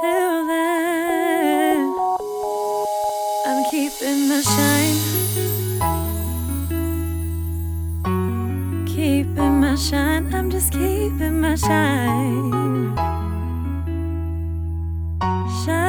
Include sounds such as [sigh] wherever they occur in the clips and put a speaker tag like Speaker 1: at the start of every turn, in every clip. Speaker 1: Till then, I'm keeping the shine. Keeping my shine. I'm just keeping my shine. Shine.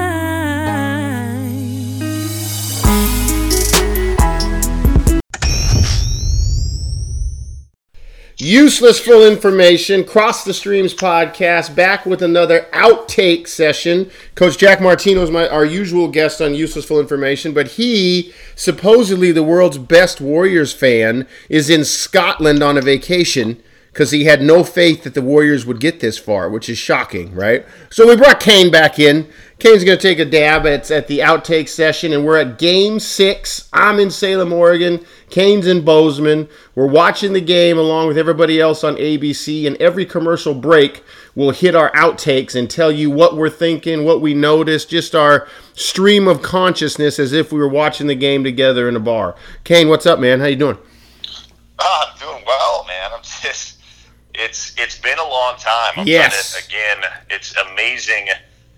Speaker 2: Useless for information. Cross the Streams podcast back with another outtake session. Coach Jack Martino is my our usual guest on Useless for Information, but he, supposedly the world's best Warriors fan, is in Scotland on a vacation because he had no faith that the Warriors would get this far, which is shocking, right? So we brought Kane back in. Kane's going to take a dab at, at the outtake session, and we're at game six. I'm in Salem, Oregon. Kane's in Bozeman. We're watching the game along with everybody else on ABC, and every commercial break, we'll hit our outtakes and tell you what we're thinking, what we noticed, just our stream of consciousness as if we were watching the game together in a bar. Kane, what's up, man? How you doing?
Speaker 3: Oh, I'm doing well, man. I'm [laughs] just it's it's been a long time. I've done
Speaker 2: Yes.
Speaker 3: it again, it's amazing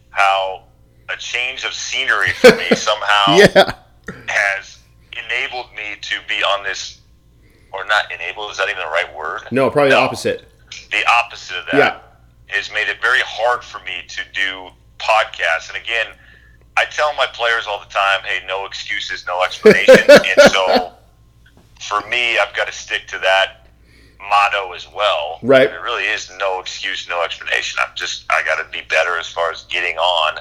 Speaker 3: how a change of scenery
Speaker 2: [laughs]
Speaker 3: for me somehow
Speaker 2: Yeah.
Speaker 3: has enabled me to be on this or not enabled, is that even the right word?
Speaker 2: No, probably the opposite.
Speaker 3: The opposite of that
Speaker 2: Yeah.
Speaker 3: has made it very hard for me to do podcasts. And again, I tell my players all the time, hey, no excuses, no explanation. and so for me, I've got to stick to that motto as well.
Speaker 2: Right.
Speaker 3: There really is no excuse, no explanation. I'm just, I got to be better as far as getting on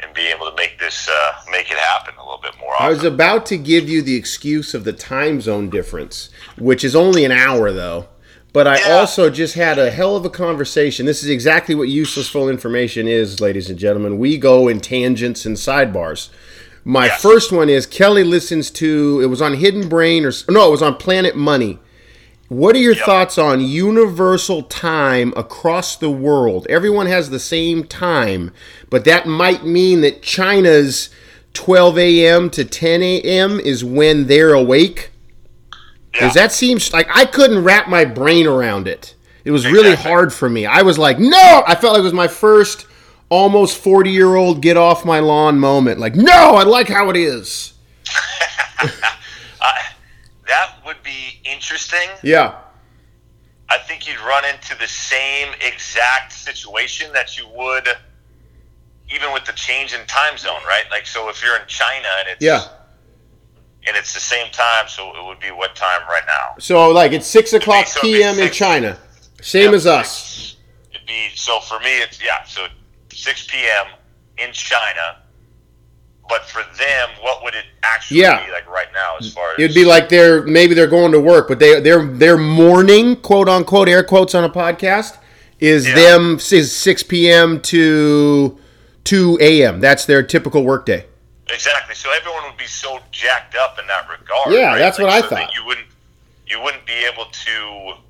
Speaker 3: and being able to make this, uh, make it happen a little bit more
Speaker 2: I
Speaker 3: often.
Speaker 2: was about to give you the excuse of the time zone difference, which is only an hour though. But I
Speaker 3: Yeah.
Speaker 2: also just had a hell of a conversation. This is exactly what useless full information is, ladies and gentlemen. We go in tangents and sidebars. My
Speaker 3: Yes.
Speaker 2: first one is Kelly listens to it was on Hidden Brain or s- no, it was on Planet Money. What are your thoughts on universal time across the world? Everyone has the same time, but that might mean that China's 12 a.m. to 10 a.m. is when they're awake.
Speaker 3: Yeah.
Speaker 2: Does that seem like I couldn't wrap my brain around it? It was really
Speaker 3: Exactly.
Speaker 2: hard for me. I was like, no! I felt like it was my first almost 40 year old get off my lawn moment. Like, no, I like how it is.
Speaker 3: that would be interesting.
Speaker 2: Yeah.
Speaker 3: I think you'd run into the same exact situation that you would even with the change in time zone, right? Like so if you're in China and it's
Speaker 2: Yeah.
Speaker 3: and it's the same time, so it would be what time right now?
Speaker 2: So, like, it's 6 o'clock
Speaker 3: so it'd be
Speaker 2: p.m. in
Speaker 3: six.
Speaker 2: China. Same
Speaker 3: Yeah,
Speaker 2: as us.
Speaker 3: six. It'd be so for me it's yeah, so six PM in China. But for them, what would it actually
Speaker 2: Yeah.
Speaker 3: be like right now as far as
Speaker 2: It'd be like they're maybe they're going to work, but they they're their morning quote unquote air quotes on a podcast is
Speaker 3: Yeah.
Speaker 2: them is six p.m. to two a.m. That's their typical workday.
Speaker 3: Exactly. So everyone would be so jacked up in that regard.
Speaker 2: Yeah,
Speaker 3: right?
Speaker 2: that's what I
Speaker 3: so that
Speaker 2: thought.
Speaker 3: You wouldn't, you wouldn't be able to [laughs]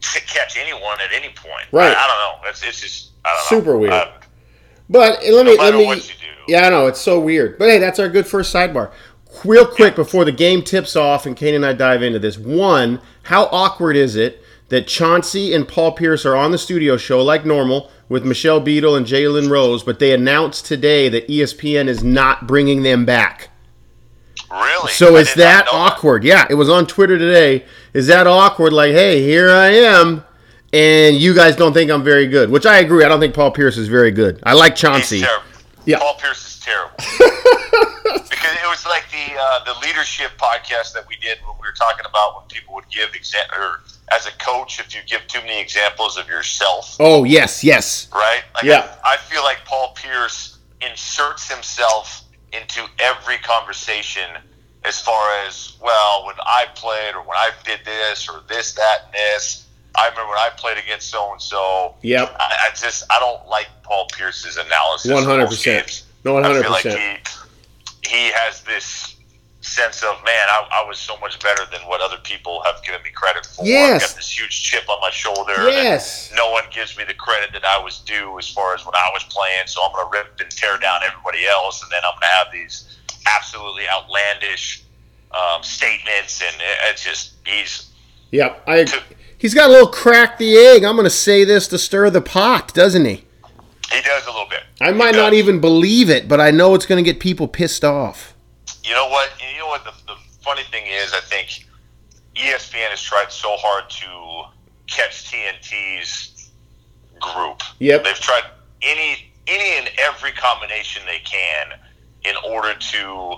Speaker 3: to catch anyone at any point.
Speaker 2: Right.
Speaker 3: I, I don't know. It's, it's just I don't know.
Speaker 2: Super weird.
Speaker 3: Uh,
Speaker 2: But let me
Speaker 3: No
Speaker 2: let
Speaker 3: matter
Speaker 2: me.
Speaker 3: what you do.
Speaker 2: Yeah, I know it's so weird. But hey, that's our good first sidebar. Real quick before the game tips off and Kane and I dive into this. One, how awkward is it that Chauncey and Paul Pierce are on the studio show like normal with Michelle Beadle and Jalen Rose, but they announced today that E ESPN is not bringing them back.
Speaker 3: really.
Speaker 2: So
Speaker 3: I
Speaker 2: is
Speaker 3: did not
Speaker 2: that
Speaker 3: know
Speaker 2: awkward? Yeah, it was on Twitter today. Is that awkward? Like, hey, here I am, and you guys don't think I'm very good, which I agree. I don't think Paul Pierce is very good. I like
Speaker 3: He's
Speaker 2: Chauncey.
Speaker 3: terrible.
Speaker 2: Yeah.
Speaker 3: Paul Pierce is
Speaker 2: [laughs]
Speaker 3: terrible. because it was like the uh, the leadership podcast that we did when we were talking about when people would give exa- or as a coach if you give too many examples of yourself.
Speaker 2: Oh yes, yes.
Speaker 3: right? Like
Speaker 2: Yeah.
Speaker 3: I, I feel like Paul Pierce inserts himself into every conversation as far as, well, when I played or when I did this or this, that, and this. I remember when I played against so and so.
Speaker 2: Yep.
Speaker 3: I I just, I don't like Paul Pierce's analysis. of most
Speaker 2: 100%.
Speaker 3: games.
Speaker 2: No,
Speaker 3: I feel like
Speaker 2: 100%.
Speaker 3: he, he has this sense of, man, I, I was so much better than what other people have given me credit for.
Speaker 2: Yes.
Speaker 3: I've got this huge chip on my shoulder. and
Speaker 2: Yes.
Speaker 3: no one gives me the credit that I was due as far as when I was playing. So I'm going to rip and tear down everybody else, and then I'm going to have these absolutely outlandish um, statements, and it- it's just he's
Speaker 2: Yep. I. He's got a little crack the egg. I'm going to say this to stir the pot, doesn't he?
Speaker 3: he does a little bit.
Speaker 2: I might not even believe it, but I know it's going to get people pissed off.
Speaker 3: You know what? You know what? The, the funny thing is, I think E ESPN has tried so hard to catch TNT's group.
Speaker 2: Yep.
Speaker 3: They've tried any any and every combination they can in order to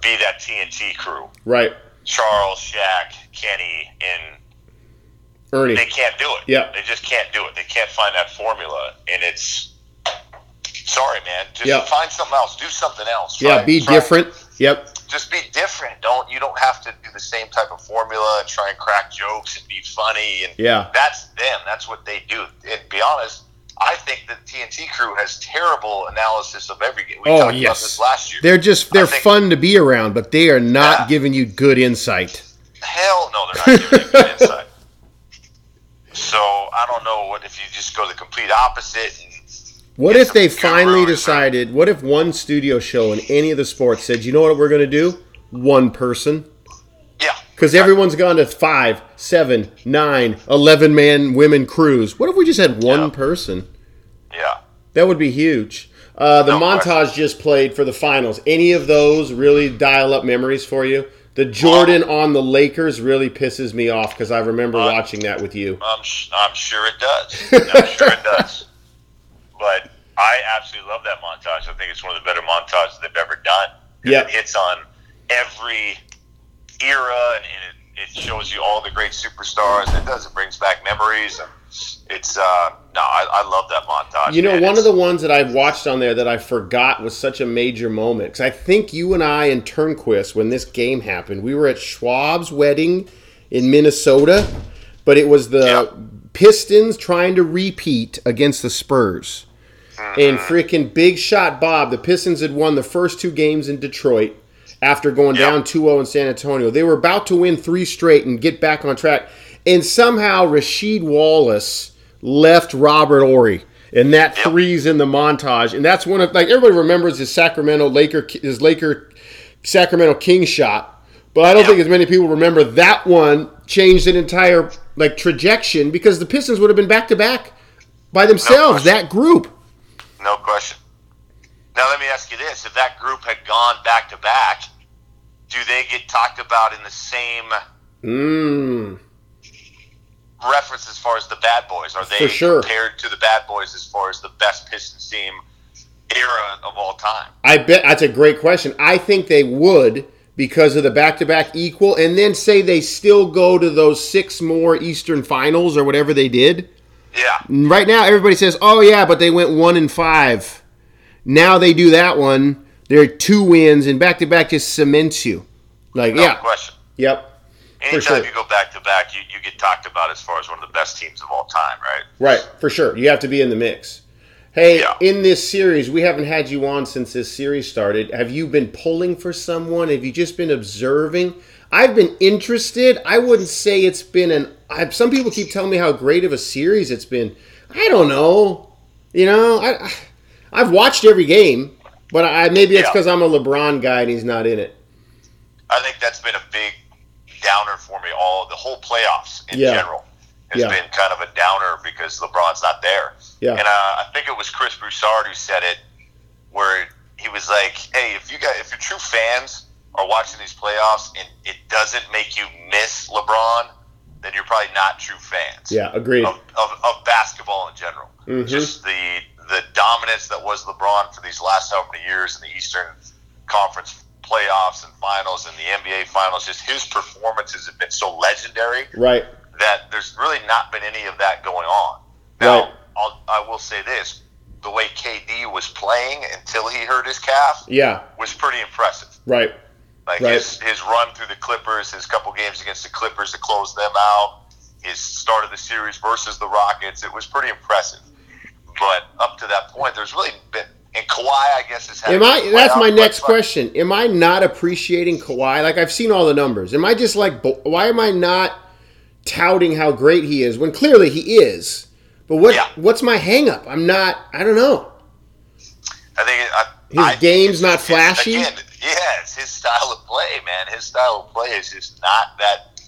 Speaker 3: be that TNT crew.
Speaker 2: Right,
Speaker 3: Charles, Shaq, Kenny, and
Speaker 2: Ernie.
Speaker 3: they can't do it.
Speaker 2: Yeah.
Speaker 3: They just can't do it. They can't find that formula, and it's sorry, man. Just
Speaker 2: Yeah.
Speaker 3: find something else. Do something else.
Speaker 2: Yeah,
Speaker 3: Try-
Speaker 2: be
Speaker 3: try-
Speaker 2: different. Yep.
Speaker 3: Just be different. Don't you don't have to do the same type of formula and try and crack jokes and be funny and
Speaker 2: Yeah.
Speaker 3: that's them. That's what they do. And be honest, I think the TNT crew has terrible analysis of every game. We
Speaker 2: Oh
Speaker 3: talked about
Speaker 2: yes.
Speaker 3: this last year.
Speaker 2: They're just they're
Speaker 3: I think-
Speaker 2: fun to be around, but they are not
Speaker 3: Yeah.
Speaker 2: giving you good insight.
Speaker 3: Hell no, they're not giving you good
Speaker 2: [laughs]
Speaker 3: insight. So I don't know what if you just go the complete opposite and
Speaker 2: What
Speaker 3: Yeah,
Speaker 2: if they
Speaker 3: it's kinda
Speaker 2: finally
Speaker 3: ruined.
Speaker 2: decided? What if one studio show in any of the sports said, "You know what we're going to do? One person."
Speaker 3: yeah.
Speaker 2: Because everyone's gone to five, seven, nine, eleven man women crews. What if we just had one
Speaker 3: Yeah.
Speaker 2: person?
Speaker 3: Yeah.
Speaker 2: That would be huge. Uh, the
Speaker 3: No question.
Speaker 2: montage just played for the finals. Any of those really dial up memories for you? The Jordan on the Lakers really pisses me off because I remember
Speaker 3: Uh,
Speaker 2: watching that with you.
Speaker 3: I'm, sh- I'm sure it does. I'm sure it
Speaker 2: [laughs]
Speaker 3: does. But I absolutely love that montage. I think it's one of the better montages they've ever done. 'Cause
Speaker 2: Yep.
Speaker 3: It hits on every era and, and it, it shows you all the great superstars. It does. It brings back memories. And it's, uh, no, I, I love that montage.
Speaker 2: You know,
Speaker 3: man.
Speaker 2: one of
Speaker 3: It's-
Speaker 2: the ones that I watched on there that I forgot was such a major moment. 'Cause I think you and I and Turnquist, when this game happened, we were at Schwab's wedding in Minnesota, but it was the
Speaker 3: Yeah.
Speaker 2: Pistons trying to repeat against the Spurs.
Speaker 3: Uh-huh.
Speaker 2: And freaking big shot Bob, the Pistons had won the first two games in Detroit after going
Speaker 3: Yeah.
Speaker 2: down 2 0 in San Antonio. They were about to win three straight and get back on track. And somehow Rasheed Wallace left Robert Ory. And that three's in the montage. And that's one of, like, everybody remembers his Sacramento Laker, his Laker Sacramento King shot. But I don't
Speaker 3: Yeah.
Speaker 2: think as many people remember that one changed an entire, like, trajectory because the Pistons would have been back to back by themselves,
Speaker 3: question.
Speaker 2: that group.
Speaker 3: No question. Now let me ask you this: If that group had gone back to back, do they get talked about in the same
Speaker 2: Mm.
Speaker 3: reference as far as the Bad Boys? Are they
Speaker 2: For sure.
Speaker 3: compared to the Bad Boys as far as the best Pistons team era of all time?
Speaker 2: I bet that's a great question. I think they would because of the back to back equal, and then say they still go to those six more Eastern finals or whatever they did.
Speaker 3: Yeah,
Speaker 2: And Right now, everybody says, oh, yeah, but they went one and five. Now they do that one. They're two wins, and back to back just cements you. Like,
Speaker 3: no
Speaker 2: yeah.
Speaker 3: question.
Speaker 2: Yep.
Speaker 3: Anytime
Speaker 2: sure.
Speaker 3: you go back to back, you you get talked about as far as one of the best teams of all time, right?
Speaker 2: Right, for sure. You have to be in the mix. Hey,
Speaker 3: Yeah.
Speaker 2: in this series, we haven't had you on since this series started. Have you been pulling for someone? Have you just been observing? I've been interested. I wouldn't say it's been an. I, some people keep telling me how great of a series it's been. I don't know. You know, I, I've watched every game, but I maybe it's
Speaker 3: Yeah.
Speaker 2: because I'm a LeBron guy and he's not in it.
Speaker 3: I think that's been a big downer for me all the whole playoffs in
Speaker 2: Yeah.
Speaker 3: general. has
Speaker 2: Yeah.
Speaker 3: been kind of a downer because LeBron's not there.
Speaker 2: Yeah.
Speaker 3: And uh, I think it was Chris Broussard who said it, where he was like, "Hey, if you guys, if your true fans are watching these playoffs and it doesn't make you miss LeBron, then you're probably not true fans."
Speaker 2: Yeah, agreed.
Speaker 3: of, of, of basketball in general.
Speaker 2: Mhm.
Speaker 3: Just the the dominance that was LeBron for these last how many years in the Eastern Conference playoffs and finals and the NBA finals. Just his performances have been so legendary
Speaker 2: Right.
Speaker 3: that there's really not been any of that going on. Now,
Speaker 2: Right.
Speaker 3: I'll, I will say this: the way KD was playing until he hurt his calf
Speaker 2: Yeah.
Speaker 3: was pretty impressive.
Speaker 2: Right.
Speaker 3: Like
Speaker 2: Right.
Speaker 3: his, his run through the Clippers, his couple games against the Clippers to close them out, his start of the series versus the Rockets, it was pretty impressive. But up to that point, there's really been. And Kawhi, I guess, has had.
Speaker 2: Am I?
Speaker 3: a
Speaker 2: That's
Speaker 3: playoff
Speaker 2: my
Speaker 3: run,
Speaker 2: next
Speaker 3: but
Speaker 2: question. Am I not appreciating Kawhi? Like I've seen all the numbers. Am I just like? bo- Why am I not touting how great he is when clearly he is? But what?
Speaker 3: Yeah.
Speaker 2: What's my hang up? I'm not. I don't know.
Speaker 3: I think it- I,
Speaker 2: His
Speaker 3: I-
Speaker 2: game's not
Speaker 3: his-
Speaker 2: flashy?
Speaker 3: Again, yeah, it's his style of play, man. His style of play is just not that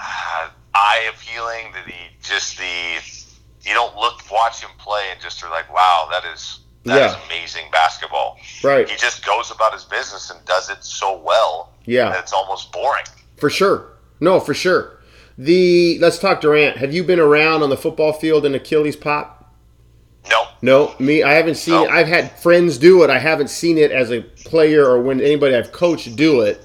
Speaker 3: uh, eye appealing. The, the just the you don't look watch him play and just are like, wow, that is that is
Speaker 2: Yeah.
Speaker 3: amazing basketball.
Speaker 2: Right.
Speaker 3: He just goes about his business and does it so well
Speaker 2: Yeah.
Speaker 3: that it's almost boring.
Speaker 2: For sure. No, for sure. The let's talk Durant. Have you been around on the football field and Achilles pop?
Speaker 3: No,
Speaker 2: No, me. I haven't seen.
Speaker 3: No.
Speaker 2: it. I've had friends do it. I haven't seen it as a player or when anybody I've coached do it.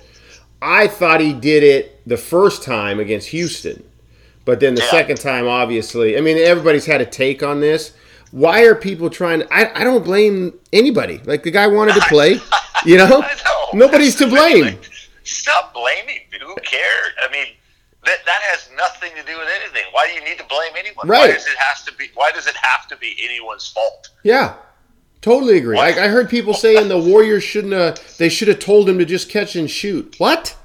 Speaker 2: I thought he did it the first time against Houston, but then the
Speaker 3: Yeah.
Speaker 2: second time, obviously. I mean, everybody's had a take on this. Why are people trying? I, I don't blame anybody. Like the guy wanted to
Speaker 3: [laughs]
Speaker 2: play, you know.
Speaker 3: [laughs] I know.
Speaker 2: Nobody's to blame.
Speaker 3: Like, [laughs] Stop blaming. dude. Who cares? I mean, that that has nothing to do with anything. Why do you need to blame anyone?
Speaker 2: Right.
Speaker 3: Why does it has to be? Why does it have to be anyone's fault? [laughs]
Speaker 2: Yeah, totally agree.
Speaker 3: What?
Speaker 2: I, I heard people saying the Warriors shouldn't. Have, they should have told him to just catch and shoot. What?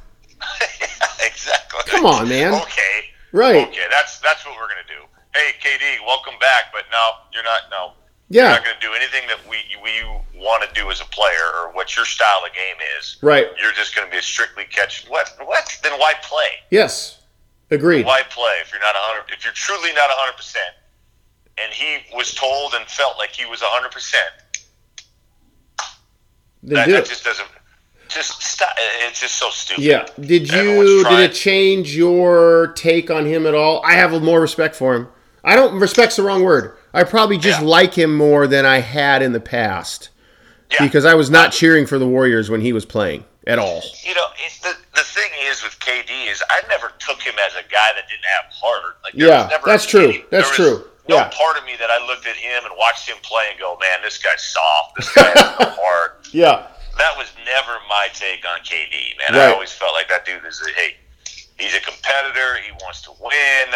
Speaker 3: exactly.
Speaker 2: Come on, man.
Speaker 3: Okay.
Speaker 2: Right.
Speaker 3: Okay, that's that's what we're gonna do. Hey, KD, welcome back. But no, you're not. No,
Speaker 2: Yeah.
Speaker 3: you're not gonna do anything that we we want to do as a player or what your style of game is.
Speaker 2: Right.
Speaker 3: You're just gonna be a strictly catch. What? What? Then why play?
Speaker 2: Yes. Agreed.
Speaker 3: Why play if you're not 100? If you're truly not 100 percent, and he was told and felt like he was 100 percent,
Speaker 2: Then
Speaker 3: that,
Speaker 2: do
Speaker 3: that
Speaker 2: it.
Speaker 3: just doesn't. Just stop. It's just so stupid.
Speaker 2: Yeah. Did
Speaker 3: Everyone's
Speaker 2: you did
Speaker 3: trying.
Speaker 2: it change your take on him at all? I have more respect for him. I don't respect's the wrong word. I probably just
Speaker 3: Yeah.
Speaker 2: like him more than I had in the past
Speaker 3: Yeah.
Speaker 2: because I was not cheering for the Warriors when he was playing at all.
Speaker 3: you know, it's the the thing is with KD is I never took him as a guy that didn't have heart. Like there
Speaker 2: Yeah,
Speaker 3: was never
Speaker 2: that's true.
Speaker 3: there
Speaker 2: That's
Speaker 3: was
Speaker 2: true.
Speaker 3: No
Speaker 2: Yeah.
Speaker 3: part of me that I looked at him and watched him play and go, man, this guy's soft. This guy has
Speaker 2: [laughs]
Speaker 3: no heart.
Speaker 2: Yeah.
Speaker 3: That was never my take on KD, man.
Speaker 2: Right.
Speaker 3: I always felt like that dude is a hey, he's a competitor. He wants to win.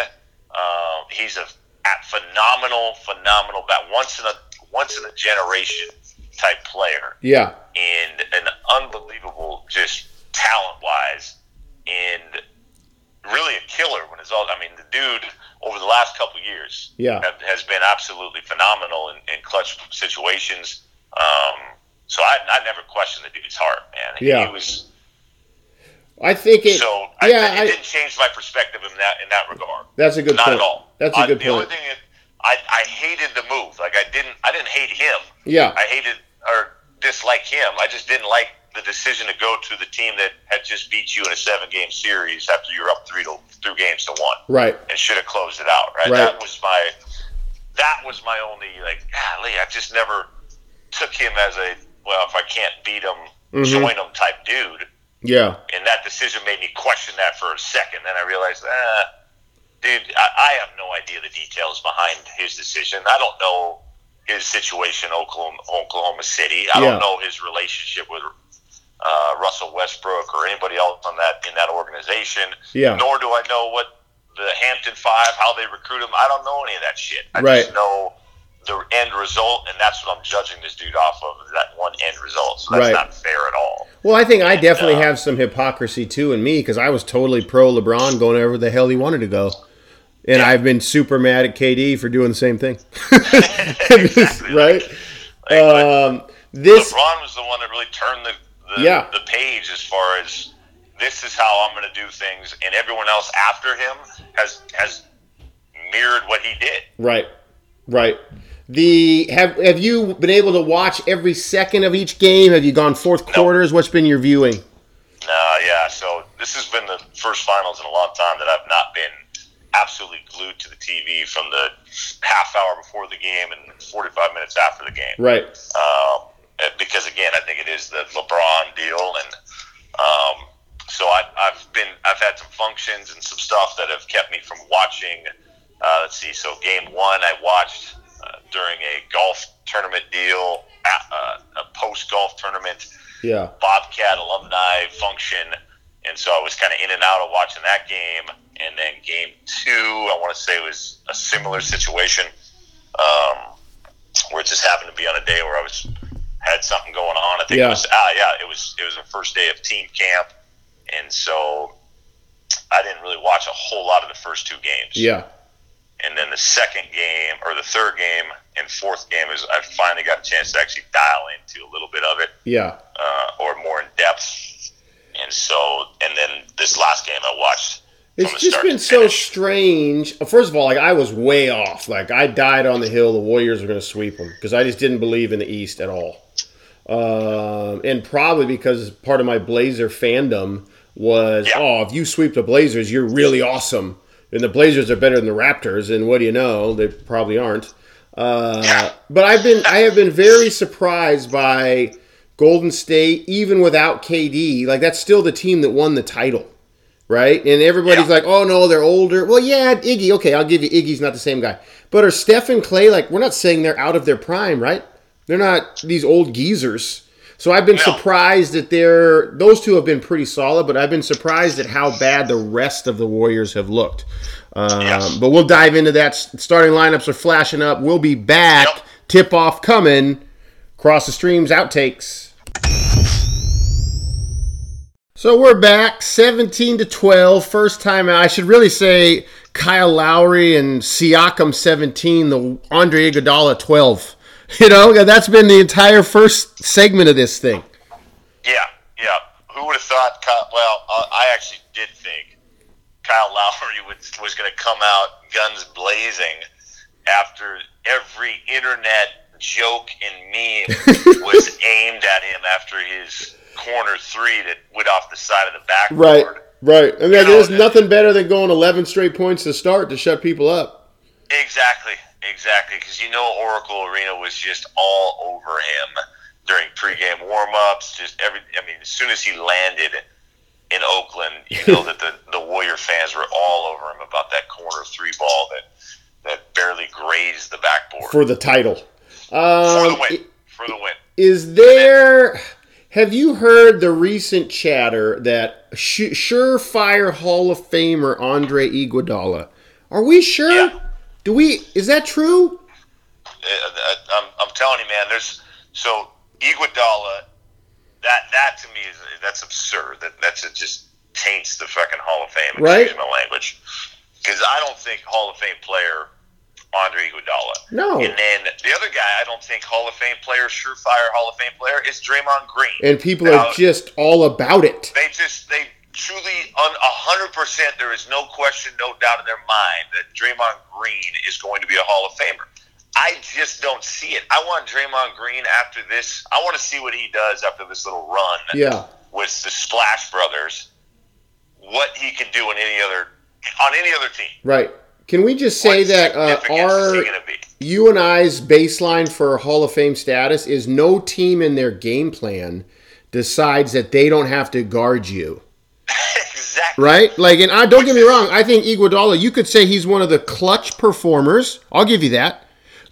Speaker 3: Um, he's a, a phenomenal, phenomenal bat once in a once in a generation type player
Speaker 2: Yeah.
Speaker 3: and an unbelievable just talent wise and really a killer when it's all I mean the dude over the last couple of years
Speaker 2: Yeah.
Speaker 3: have, has been absolutely phenomenal in, in clutch situations um, so I, I never questioned the dude's heart man He-
Speaker 2: Yeah.
Speaker 3: he was
Speaker 2: I think it
Speaker 3: so I,
Speaker 2: Yeah,
Speaker 3: it
Speaker 2: I,
Speaker 3: didn't change my perspective in that in that regard
Speaker 2: that's a good
Speaker 3: not
Speaker 2: point.
Speaker 3: at all
Speaker 2: That's a
Speaker 3: I-
Speaker 2: good
Speaker 3: the only
Speaker 2: point.
Speaker 3: thing is I, I hated the move like I didn't I didn't hate him
Speaker 2: Yeah.
Speaker 3: I hated or dislike him. I just didn't like the decision to go to the team that had just beat you in a seven game series after you were up three to three games to one
Speaker 2: Right.
Speaker 3: and should have closed it out. Right?
Speaker 2: Right.
Speaker 3: That was my that was my only like golly, I just never took him as a well, if I can't beat him, join him type dude.
Speaker 2: Yeah.
Speaker 3: And that decision made me question that for a second. Then I realized, ah, dude, I, I have no idea the details behind his decision. I don't know his situation, in Oklahoma, Oklahoma City. I
Speaker 2: Yeah.
Speaker 3: don't know his relationship with uh, Russell Westbrook or anybody else on that in that organization.
Speaker 2: Yeah.
Speaker 3: Nor do I know what the Hampton Five, how they recruit him. I don't know any of that shit. I
Speaker 2: Right.
Speaker 3: just know the end result, and that's what I'm judging this dude off of is that one end result. So that's
Speaker 2: Right.
Speaker 3: not fair at all.
Speaker 2: Well, I think I definitely
Speaker 3: uh,
Speaker 2: have some hypocrisy too in me because I was totally pro LeBron going wherever the hell he wanted to go, and
Speaker 3: Yeah.
Speaker 2: I've been super mad at KD for doing the same
Speaker 3: [laughs]
Speaker 2: thing. [laughs]
Speaker 3: Exactly.
Speaker 2: right?
Speaker 3: Like, like,
Speaker 2: Um, this,
Speaker 3: LeBron was the one that really turned the the,
Speaker 2: Yeah.
Speaker 3: the page as far as this is how I'm going to do things, and everyone else after him has has mirrored what he did.
Speaker 2: right, right. The have have you been able to watch every second of each game? Have you gone fourth quarters? What's been your viewing?
Speaker 3: Uh, yeah, so this has been the first finals in a long time that I've not been absolutely glued to the TV from the half hour before the game and 45 minutes after the game.
Speaker 2: Right,
Speaker 3: um, because again, I think it is the LeBron deal, and um, so I, I've been I've had some functions and some stuff that have kept me from watching. Uh, let's see, so game one I watched uh, during a golf tournament deal, a, uh, a post golf tournament
Speaker 2: yeah,
Speaker 3: Bobcat alumni function, and so I was kind of in and out of watching that game. And then game two, I want to say was a similar situation, um, where it just happened to be on a day where I was had something going on. I think
Speaker 2: Yeah.
Speaker 3: it was ah yeah, it was it was the first day of team camp, and so I didn't really watch a whole lot of the first two games.
Speaker 2: yeah,
Speaker 3: And then the second game or the third game and fourth game is I finally got a chance to actually dial into a little bit of it
Speaker 2: yeah,
Speaker 3: uh, or more in depth. And so, and then this last game I watched
Speaker 2: It's
Speaker 3: from
Speaker 2: just
Speaker 3: start
Speaker 2: been
Speaker 3: to
Speaker 2: so
Speaker 3: finish.
Speaker 2: strange. First of all, like I was way off. Like I died on the hill. The Warriors were going to sweep them because I just didn't believe in the East at all, um, and probably because part of my Blazer fandom was,
Speaker 3: Yeah.
Speaker 2: oh, if you sweep the Blazers, you're really awesome, and the Blazers are better than the Raptors. And what do you know? They probably aren't. Uh,
Speaker 3: Yeah.
Speaker 2: but I've been I have been
Speaker 3: [laughs]
Speaker 2: very surprised by Golden State, even without KD. Like that's still the team that won the title right? And everybody's
Speaker 3: Yeah.
Speaker 2: like, oh no, they're older. Well, yeah, Iggy. Okay, I'll give you Iggy's not the same guy. But are Steph and Clay like? We're not saying they're out of their prime, right? They're not these old geezers. So I've been
Speaker 3: No.
Speaker 2: surprised that they're those two have been pretty solid, but I've been surprised at how bad the rest of the Warriors have looked. Um,
Speaker 3: Yes.
Speaker 2: But we'll dive into that. S- Starting lineups are flashing up. We'll be back.
Speaker 3: Yep.
Speaker 2: Tip off coming. Cross the streams. Outtakes. So we're back, 17 to 12, first time out. I should really say Kyle Lowry and Siakam 17, the Andre Iguodala 12. [laughs] You know, that's been the entire first segment of this thing.
Speaker 3: Yeah, yeah. Who would have thought? Ky- Well, uh, I actually did think Kyle [laughs] Lowry was was going to come out guns blazing after every internet joke
Speaker 2: [laughs]
Speaker 3: and meme was aimed at him after his corner three that went off the side of the
Speaker 2: Right,
Speaker 3: backboard.
Speaker 2: right. I mean, there's
Speaker 3: there's
Speaker 2: nothing
Speaker 3: nothing
Speaker 2: better than going 11 straight points to start to shut people up.
Speaker 3: Exactly, exactly. Because you know, Oracle Arena was just all over him during pregame warm-ups. Just every, I mean, as soon as he landed in Oakland, you know that the the Warrior fans were all over him about that corner three ball that that barely grazed the backboard
Speaker 2: For the title.
Speaker 3: for
Speaker 2: Um,
Speaker 3: the win. For the win.
Speaker 2: Is there? Have you heard the recent chatter that sh- surefire Hall of Famer Andre Iguodala? Are we sure?
Speaker 3: Yeah.
Speaker 2: Do we? Is that true?
Speaker 3: I, Uh, I'm, I'm telling you, man. There's so Iguodala. That that to me is that's absurd. That that's it. Just taints the fucking Hall of Fame.
Speaker 2: Right.
Speaker 3: Excuse my language. Because I don't think Hall of Fame player Andre Iguodala.
Speaker 2: No.
Speaker 3: And then the other guy, I don't think Hall of Fame player, surefire Hall of Fame player, is Draymond Green.
Speaker 2: And people are
Speaker 3: No.
Speaker 2: just all about it.
Speaker 3: they just they truly on hundred percent. There is no question, no doubt in their mind that Draymond Green is going to be a Hall of Famer. I just don't see it. I want Draymond Green after this. I want to see what he does after this little run
Speaker 2: Yeah.
Speaker 3: with the Splash Brothers. What he can do on any other on any other team.
Speaker 2: Right. Can we just say
Speaker 3: What
Speaker 2: that uh,
Speaker 3: significance is he
Speaker 2: our
Speaker 3: going to be? [laughs]
Speaker 2: you and I's baseline for Hall of Fame status is no team in their game plan decides that they don't have to guard you.
Speaker 3: exactly.
Speaker 2: right? Like, and I don't get me wrong. I think Iguodala. You could say he's one of the clutch performers. I'll give you that.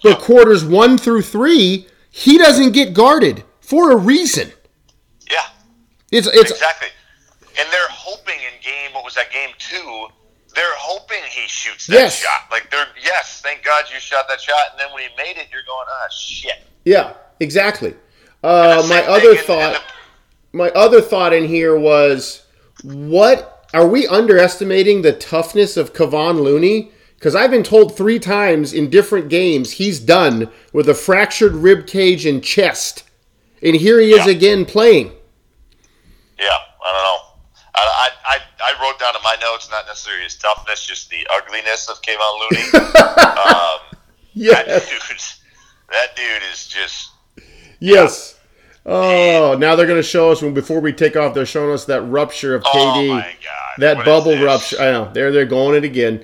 Speaker 2: But quarters one through three, he doesn't get guarded for a reason.
Speaker 3: Yeah.
Speaker 2: It's it's
Speaker 3: Exactly. And they're hoping in game, what was that, game two, they're hoping he shoots that
Speaker 2: Yes.
Speaker 3: shot. Like, they're, yes, thank God you shot that shot. And then when he made it, you're going, ah, shit.
Speaker 2: yeah, exactly. Uh,
Speaker 3: Same
Speaker 2: my
Speaker 3: thing
Speaker 2: other
Speaker 3: in- in
Speaker 2: thought.
Speaker 3: the-
Speaker 2: my other thought in here was what are we underestimating the toughness of Kavon Looney? Because I've been told three times in different games he's done with a fractured rib cage and chest, and here he is
Speaker 3: Yeah.
Speaker 2: again playing.
Speaker 3: yeah, I don't know. I, I, I, I wrote down in my notes, not necessarily his toughness, just the ugliness of
Speaker 2: [laughs]
Speaker 3: Kayvon Looney. that,
Speaker 2: Yes,
Speaker 3: dude, that dude is just,
Speaker 2: yes. Oh, now they're going to show us when before we take off. They're showing us that rupture of
Speaker 3: oh
Speaker 2: KD,
Speaker 3: my God.
Speaker 2: that
Speaker 3: What is
Speaker 2: bubble
Speaker 3: this?
Speaker 2: rupture. I know there they're going it again.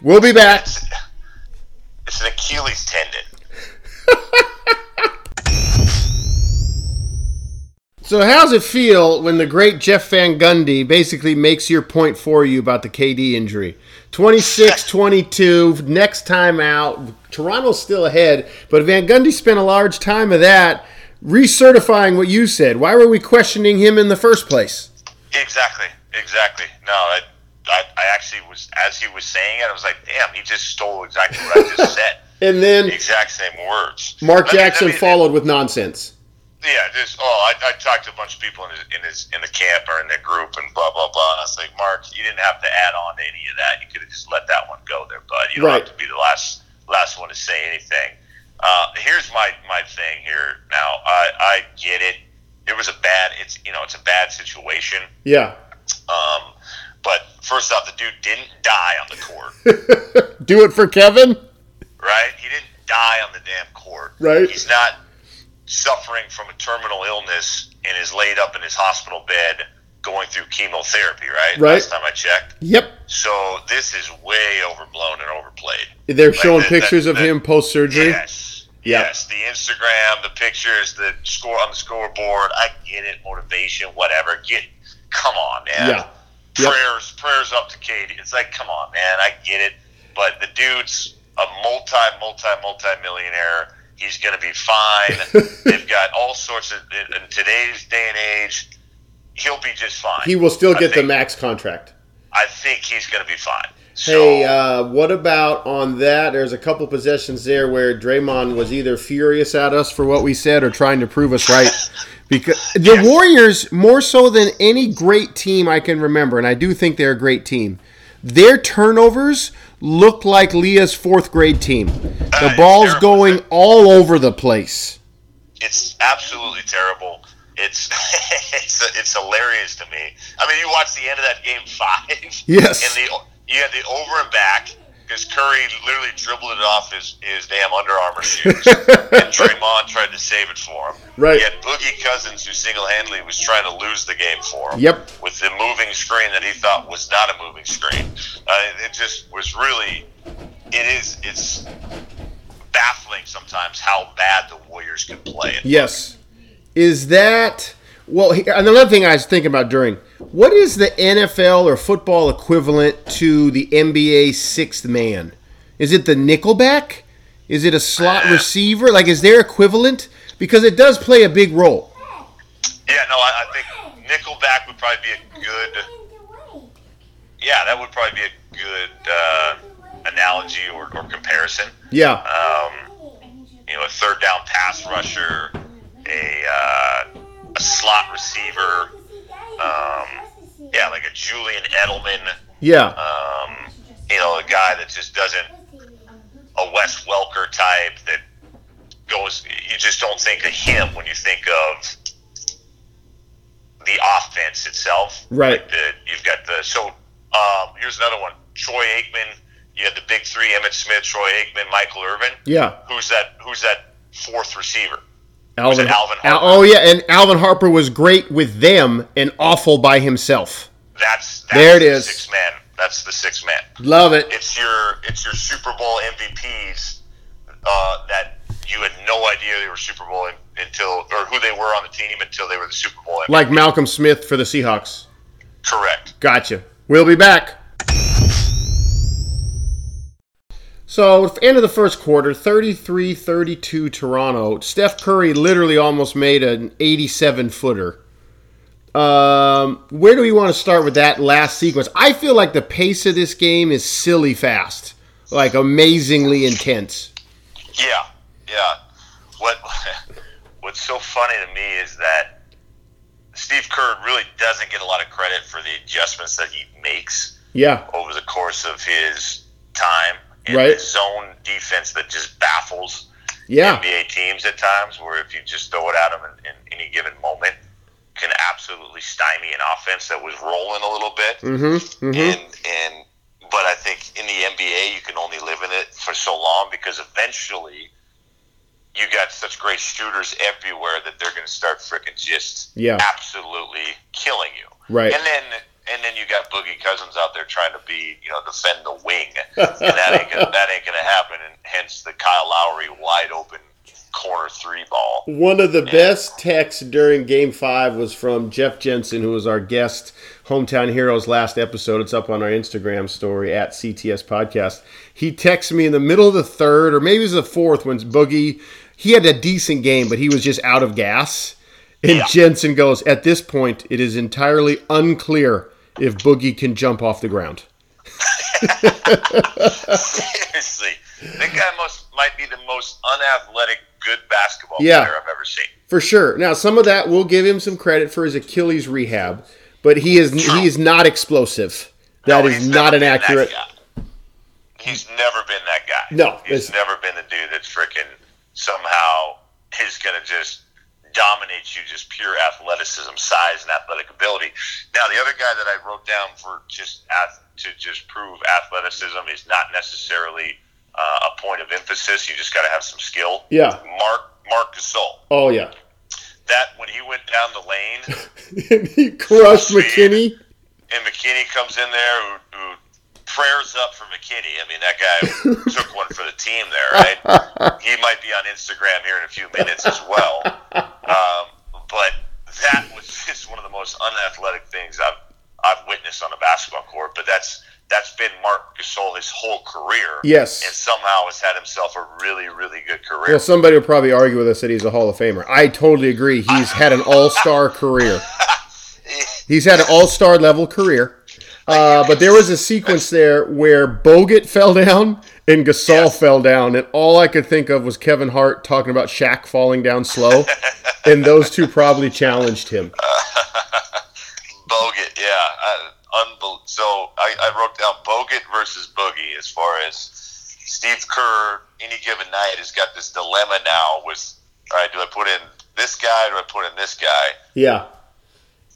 Speaker 2: We'll be back.
Speaker 3: It's an Achilles tendon.
Speaker 2: So, how's it feel when the great Jeff Van Gundy basically makes your point for you about the KD injury? 26 22, next time out. Toronto's still ahead, but Van Gundy spent a large time of that recertifying what you said. Why were we questioning him in the first place?
Speaker 3: Exactly, exactly. No, I, I, I actually was as he was saying it, I was like, damn, he just stole exactly what
Speaker 2: [laughs]
Speaker 3: I just said.
Speaker 2: And then
Speaker 3: The exact same words.
Speaker 2: Mark
Speaker 3: Let me- let
Speaker 2: Jackson
Speaker 3: me-
Speaker 2: followed with nonsense.
Speaker 3: Yeah, just oh, I, I talked to a bunch of people in his, in his in the camp or in the group and blah blah blah. And I was like, Mark, you didn't have to add on to any of that. You could have just let that one go there, bud. You don't
Speaker 2: Right.
Speaker 3: have to be the last last one to say anything. Uh, here's my my thing here now. I I get it. It was a bad. It's you know it's a bad situation.
Speaker 2: Yeah.
Speaker 3: Um, But first off, the dude didn't die on the court, [laughs]
Speaker 2: Do it for Kevin.
Speaker 3: right? He didn't die on the damn court.
Speaker 2: Right.
Speaker 3: He's not suffering from a terminal illness and is laid up in his hospital bed going through chemotherapy, right?
Speaker 2: Right.
Speaker 3: Last time I checked.
Speaker 2: Yep.
Speaker 3: So this is way overblown and overplayed.
Speaker 2: They're showing
Speaker 3: that-
Speaker 2: pictures
Speaker 3: that-
Speaker 2: of
Speaker 3: that-
Speaker 2: him post surgery.
Speaker 3: Yes.
Speaker 2: Yeah.
Speaker 3: Yes. The Instagram, the pictures, the score on the scoreboard. I get it. Motivation, whatever. Get. Come on, man.
Speaker 2: Yeah. Yep.
Speaker 3: Prayers, prayers up to Katie. It's like, come on, man. I get it. But the dude's a multi, multi, multi millionaire. He's gonna be fine.
Speaker 2: [laughs]
Speaker 3: They've got all sorts of in in today's day and age. He'll be just fine.
Speaker 2: He will still
Speaker 3: I
Speaker 2: get the
Speaker 3: think-
Speaker 2: max contract.
Speaker 3: I think he's gonna be fine. So,
Speaker 2: Hey, uh, what about on that? There's a couple possessions there where Draymond was either furious at us for what we said or trying to prove us right. Because the
Speaker 3: Yes.
Speaker 2: Warriors, more so than any great team I can remember, and I do think they're a great team, their turnovers look like Leah's fourth grade team. The
Speaker 3: it's
Speaker 2: ball's
Speaker 3: terrible.
Speaker 2: going all over the place.
Speaker 3: it's absolutely terrible. It's [laughs] it's it's hilarious to me. I mean, you watch the end of that game five.
Speaker 2: [laughs] Yes.
Speaker 3: And the you had the over and back because Curry literally dribbled it off his his damn Under Armour shoes, and
Speaker 2: [laughs]
Speaker 3: Draymond tried to save it for him.
Speaker 2: Right.
Speaker 3: You had Boogie Cousins who single handedly was trying to lose the game for him.
Speaker 2: Yep.
Speaker 3: With the moving screen that he thought was not a moving screen, uh, it just was really. It is. It's baffling sometimes how bad the Warriors can play. It
Speaker 2: Yes. Is that well? he- And another thing I was thinking about during what is the NFL or football equivalent to the NBA sixth man? Is it the nickelback? Is it a slot
Speaker 3: Uh,
Speaker 2: receiver? Like, is there equivalent? Because it does play a big role.
Speaker 3: Yeah, no, I, I think Nickelback would probably be a good. Yeah, that would probably be a good uh, analogy or, or comparison.
Speaker 2: Yeah.
Speaker 3: Um, you know, a third down pass rusher, a uh, a slot receiver. Um, yeah, like a Julian Edelman.
Speaker 2: Yeah.
Speaker 3: Um, you know, a guy that just doesn't a Wes Welker type that goes. You just don't think of him when you think of the offense itself.
Speaker 2: Right.
Speaker 3: Like the, you've got the so. Um, here's another one. Troy Aikman. You had the big three: Emmett Smith, Troy Aikman, Michael Irvin.
Speaker 2: Yeah.
Speaker 3: Who's that? Who's that fourth receiver?
Speaker 2: Alvin.
Speaker 3: Uh, it Alvin
Speaker 2: Al-
Speaker 3: Harper?
Speaker 2: oh yeah, and Alvin Harper was great with them and awful by himself.
Speaker 3: That's, that's
Speaker 2: There it
Speaker 3: the
Speaker 2: is.
Speaker 3: Six man. That's the six man.
Speaker 2: Love it.
Speaker 3: it's your it's your Super Bowl MVPs uh, that you had no idea they were Super Bowl in, until or who they were on the team until they were the Super Bowl. MVP.
Speaker 2: Like Malcolm Smith for the Seahawks.
Speaker 3: Correct.
Speaker 2: Gotcha. We'll be back. So, at the end of the first quarter, 33 32 Toronto. Steph Curry literally almost made an 87 footer. Um, where do we want to start with that last sequence? I feel like the pace of this game is silly fast, like amazingly intense.
Speaker 3: Yeah, yeah. What [laughs] What's so funny to me is that Steve Kerr really doesn't get a lot of credit for the adjustments that he makes
Speaker 2: Yeah.
Speaker 3: over the course of his time in
Speaker 2: Right.
Speaker 3: the zone defense that just baffles
Speaker 2: Yeah.
Speaker 3: NBA teams at times where if you just throw it at them in, in any given moment, can absolutely stymie an offense that was rolling a little bit.
Speaker 2: Mm-hmm.
Speaker 3: And
Speaker 2: Mm-hmm.
Speaker 3: and but I think in the NBA you can only live in it for so long because eventually you got such great shooters everywhere that they're going to start freaking just
Speaker 2: Yeah.
Speaker 3: absolutely killing you.
Speaker 2: Right.
Speaker 3: And then and then you got Boogie Cousins out there trying to be you know defend the wing, and that ain't
Speaker 2: [laughs]
Speaker 3: gonna, that ain't going to happen. And hence the Kyle Lowry wide open corner three
Speaker 2: [laughs]
Speaker 3: ball.
Speaker 2: One of the best texts during game five was from Jeff Jensen, who was our guest, Hometown Heroes, last episode. It's up on our Instagram story at CTS Podcast. He texts me in the middle of the third, or maybe it was the fourth, when Boogie, he had a decent game, but he was just out of gas. And
Speaker 3: Yeah.
Speaker 2: Jensen goes, At this point, it is entirely unclear if Boogie can jump off the ground.
Speaker 3: Seriously, the guy must might be the most unathletic good basketball
Speaker 2: Yeah.
Speaker 3: player I've ever seen.
Speaker 2: For sure. Now, some of that will give him some credit for his Achilles rehab, but he is he is not explosive. That
Speaker 3: No,
Speaker 2: is
Speaker 3: he's
Speaker 2: not
Speaker 3: never
Speaker 2: an
Speaker 3: been that
Speaker 2: accurate.
Speaker 3: guy. He's never been that guy.
Speaker 2: No,
Speaker 3: he's
Speaker 2: it's-
Speaker 3: never been the dude that's freaking somehow is gonna just dominates you just pure athleticism, size, and athletic ability. Now, the other guy that I wrote down for just ath- to just prove athleticism is not necessarily uh, a point of emphasis. You just got to have some skill.
Speaker 2: Yeah.
Speaker 3: Mark Mark Gasol.
Speaker 2: Oh yeah, [laughs]
Speaker 3: That when he went down the lane,
Speaker 2: he crushed McKinney.
Speaker 3: and McKinney comes in there who, who prayers up for McKinney. I mean, that guy took one for the team there, right? He might be on Instagram here in a few minutes as well. Um, but that was just one of the most unathletic things I've I've witnessed on a basketball court. But that's that's been Mark Gasol his whole career. And
Speaker 2: Yes.
Speaker 3: somehow has had himself a really, really good career.
Speaker 2: Well, somebody would probably argue with us that he's a Hall of Famer. I totally agree. He's had an All Star career. He's had an All Star level career. Uh, but there was a sequence there where Bogut [laughs] fell down and Gasol fell down, and all I could think of was Kevin Hart talking about Shaq falling down slow, and those two probably challenged him.
Speaker 3: Bogut, yeah, uh, unbel- So I, I wrote down Bogut versus Boogie as far as Steve Kerr. Any given night has got this dilemma now with all right, do I put in this guy? Do I put in this guy?
Speaker 2: Yeah,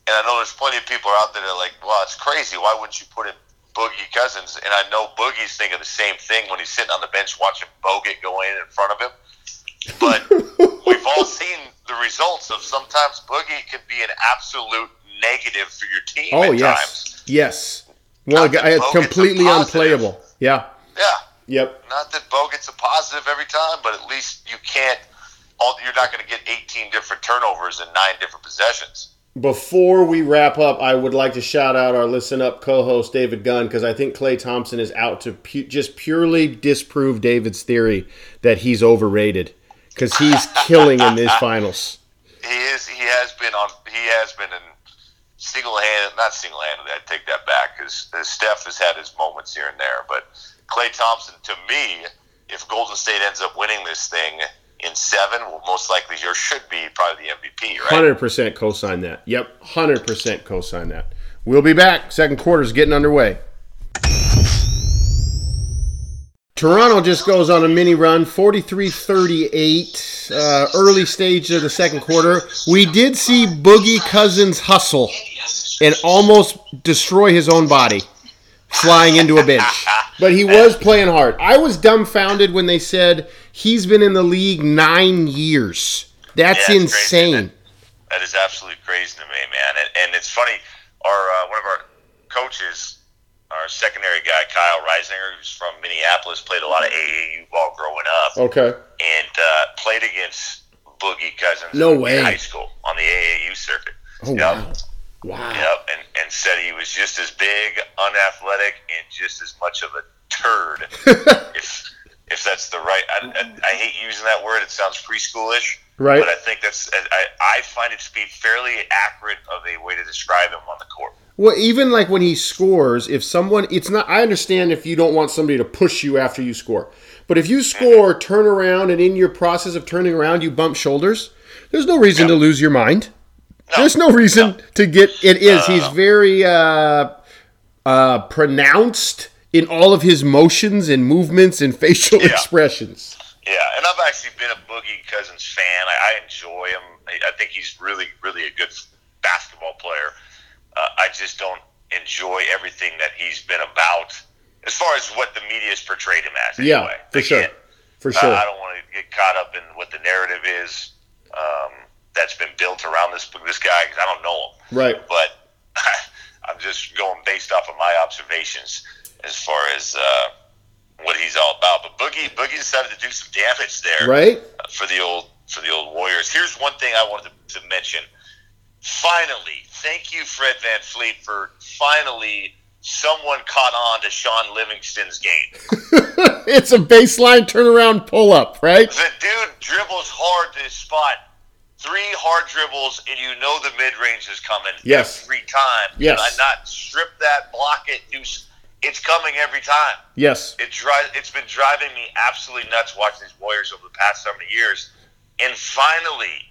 Speaker 3: And I know there's plenty of people out there that are like, "Wow, it's crazy. Why wouldn't you put in Boogie Cousins?" And I know Boogie's thinking the same thing when he's sitting on the bench watching Bogut go in in front of him.
Speaker 2: [laughs]
Speaker 3: But we've all seen the results of sometimes Boogie can be an absolute negative for your team.
Speaker 2: Oh
Speaker 3: at
Speaker 2: yes,
Speaker 3: times.
Speaker 2: yes. Well,
Speaker 3: Not that
Speaker 2: I,
Speaker 3: Bogut's a
Speaker 2: completely
Speaker 3: positive.
Speaker 2: unplayable. Yeah.
Speaker 3: Yeah.
Speaker 2: Yep.
Speaker 3: Not that Bogut's a positive every time, but at least you can't. All, you're not going to get 18 different turnovers and nine different possessions.
Speaker 2: Before we wrap up, I would like to shout out our listen up co-host David Gunn because I think Clay Thompson is out to pu- just purely disprove David's theory that he's overrated because he's killing in these finals.
Speaker 3: He is. He has been on. He has been in single-handed. Not single-handed. I take that back because Steph has had his moments here and there. But Clay Thompson, to me, if Golden State ends up winning this thing in seven, well, most likely you should be probably the MVP, right?
Speaker 2: Hundred percent co-sign that. Yep, hundred percent co-sign that. We'll be back. Second quarter's getting underway. Toronto just goes on a mini run, 43-38, uh, early stage of the second quarter. We did see Boogie Cousins hustle and almost destroy his own body flying into a
Speaker 3: [laughs]
Speaker 2: bench. But he was playing hard. I was dumbfounded when they said he's been in the league nine years. That's
Speaker 3: Yeah, it's crazy,
Speaker 2: insane.
Speaker 3: isn't it? That is absolutely crazy to me, man. And, and it's funny. Our uh, one of our coaches, our secondary guy Kyle Reisinger, who's from Minneapolis, played a lot of AAU ball growing up,
Speaker 2: Okay.
Speaker 3: and uh, played against Boogie Cousins.
Speaker 2: No
Speaker 3: in
Speaker 2: way.
Speaker 3: high school on the AAU circuit.
Speaker 2: Oh,
Speaker 3: Yep.
Speaker 2: wow. Wow.
Speaker 3: Yep, and, and said he was just as big, unathletic, and just as much of a turd.
Speaker 2: [laughs]
Speaker 3: if if that's the right, I, I, I hate using that word. It sounds preschoolish,
Speaker 2: Right.
Speaker 3: But I think that's I, I find it to be fairly accurate of a way to describe him on the court.
Speaker 2: Well, even like when he scores, if someone, it's not, I understand if you don't want somebody to push you after you score. But if you score, turn around, and in your process of turning around, you bump shoulders, there's no reason to lose your mind. There's no reason to get, it is, he's very uh, uh, pronounced in all of his motions and movements and facial expressions.
Speaker 3: Yeah, and I've actually been a Boogie Cousins fan. I, I enjoy him. I, I think he's really, really a good basketball player. Uh, I just don't enjoy everything that he's been about, as far as what the media's portrayed him as.
Speaker 2: Yeah,
Speaker 3: anyway.
Speaker 2: for sure.
Speaker 3: Again,
Speaker 2: For
Speaker 3: I-
Speaker 2: sure.
Speaker 3: I don't want to get caught up in what the narrative is um, that's been built around this this guy because I don't know him.
Speaker 2: Right.
Speaker 3: But [laughs] I'm just going based off of my observations as far as uh, what he's all about. But Boogie Boogie decided to do some damage there
Speaker 2: Right? [laughs]
Speaker 3: for the old for the old Warriors. Here's one thing I wanted to, to mention. Finally, thank you, Fred Van Fleet, for finally someone caught on to Sean Livingston's game.
Speaker 2: it's a baseline turnaround pull up, right?
Speaker 3: The dude dribbles hard to his spot. Three hard dribbles, and you know the mid range is coming
Speaker 2: Yes.
Speaker 3: every time.
Speaker 2: Yes.
Speaker 3: Did I not strip that, block it, do s- it's coming every time.
Speaker 2: Yes.
Speaker 3: It drives. It's been driving me absolutely nuts watching these Warriors over the past so many years, and finally,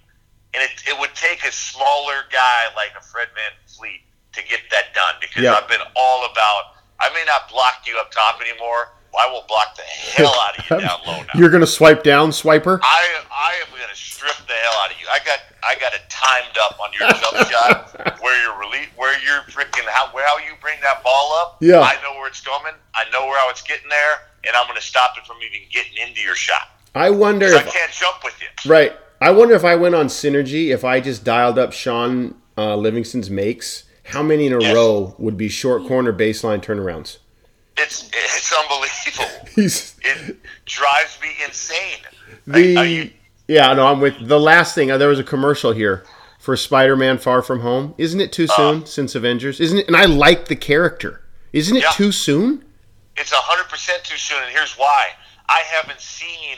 Speaker 3: and it, it would take a smaller guy like a Fred Van Fleet to get that done because
Speaker 2: Yeah.
Speaker 3: I've been all about. I may not block you up top anymore, I will block the hell out of
Speaker 2: [laughs]
Speaker 3: you down low now.
Speaker 2: You're gonna swipe down, swiper.
Speaker 3: I I am gonna strip the hell out of you. I got I got it timed up on your
Speaker 2: [laughs]
Speaker 3: jump shot where you're rele where you're freaking how where how you bring that ball up.
Speaker 2: Yeah.
Speaker 3: I know where it's coming. I know where how it's getting there, and I'm gonna stop it from even getting into your shot.
Speaker 2: I wonder
Speaker 3: 'Cause I
Speaker 2: if
Speaker 3: can't jump with you.
Speaker 2: right. I wonder if I went on synergy. If I just dialed up Sean uh, Livingston's makes, how many in a
Speaker 3: Yes.
Speaker 2: row would be short corner baseline turnarounds? [laughs]
Speaker 3: It's it's unbelievable.
Speaker 2: He's
Speaker 3: It drives me insane.
Speaker 2: the
Speaker 3: Are you-
Speaker 2: yeah. No, I'm with the last thing. Uh, there was a commercial here for Spider-Man: Far From Home. Isn't it too
Speaker 3: Uh.
Speaker 2: soon since Avengers? Isn't it? And I like the character. Isn't it
Speaker 3: Yeah.
Speaker 2: too soon?
Speaker 3: It's 100% too soon, and here's why. I haven't seen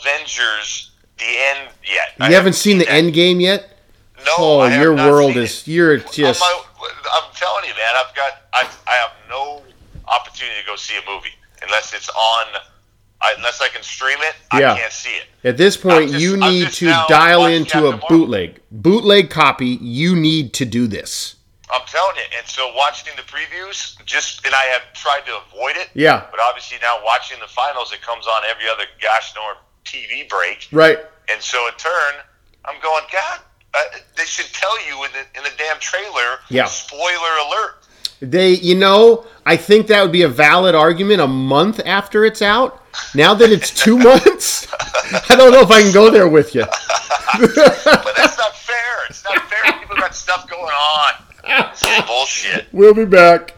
Speaker 3: Avengers the end yet. I
Speaker 2: You haven't seen the
Speaker 3: that.
Speaker 2: end game yet.
Speaker 3: No,
Speaker 2: Oh,
Speaker 3: I have
Speaker 2: your
Speaker 3: not
Speaker 2: world
Speaker 3: seen it.
Speaker 2: is you're
Speaker 3: I'm,
Speaker 2: just
Speaker 3: I'm telling you, man. I've got. I, I have no opportunity to go see a movie unless it's on. I, unless I can stream it,
Speaker 2: Yeah.
Speaker 3: I can't see it.
Speaker 2: At this point,
Speaker 3: I'm just-
Speaker 2: you
Speaker 3: I'm
Speaker 2: need
Speaker 3: just
Speaker 2: to
Speaker 3: now
Speaker 2: dial
Speaker 3: watching
Speaker 2: into a
Speaker 3: Captain Marvel.
Speaker 2: bootleg. Bootleg copy, you need to do this.
Speaker 3: I'm telling you. And so watching the previews, just and I have tried to avoid it.
Speaker 2: Yeah.
Speaker 3: But obviously now watching the finals, it comes on every other gosh darn TV break.
Speaker 2: Right.
Speaker 3: And so in turn, I'm going, God, uh, they should tell you in the in the damn trailer.
Speaker 2: Yeah.
Speaker 3: Spoiler alert.
Speaker 2: They you know, I think that would be a valid argument a month after it's out. Now that it's 2 [laughs] months, I don't know if I can go there with you.
Speaker 3: But that's not fair. It's not fair. People got stuff going on. This is bullshit.
Speaker 2: We'll be back.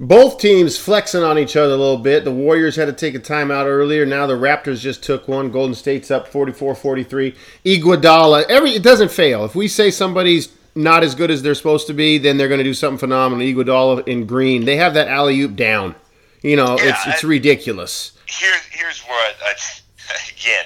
Speaker 2: Both teams flexing on each other a little bit. The Warriors had to take a timeout earlier. Now the Raptors just took one. Golden State's up 44-43. Iguodala, every it doesn't fail. If we say somebody's not as good as they're supposed to be, then they're going to do something phenomenal. Iguodala in green, they have that alley oop down. You know, it's
Speaker 3: Yeah,
Speaker 2: it's
Speaker 3: I-
Speaker 2: ridiculous.
Speaker 3: Here, here's where, I, I, again,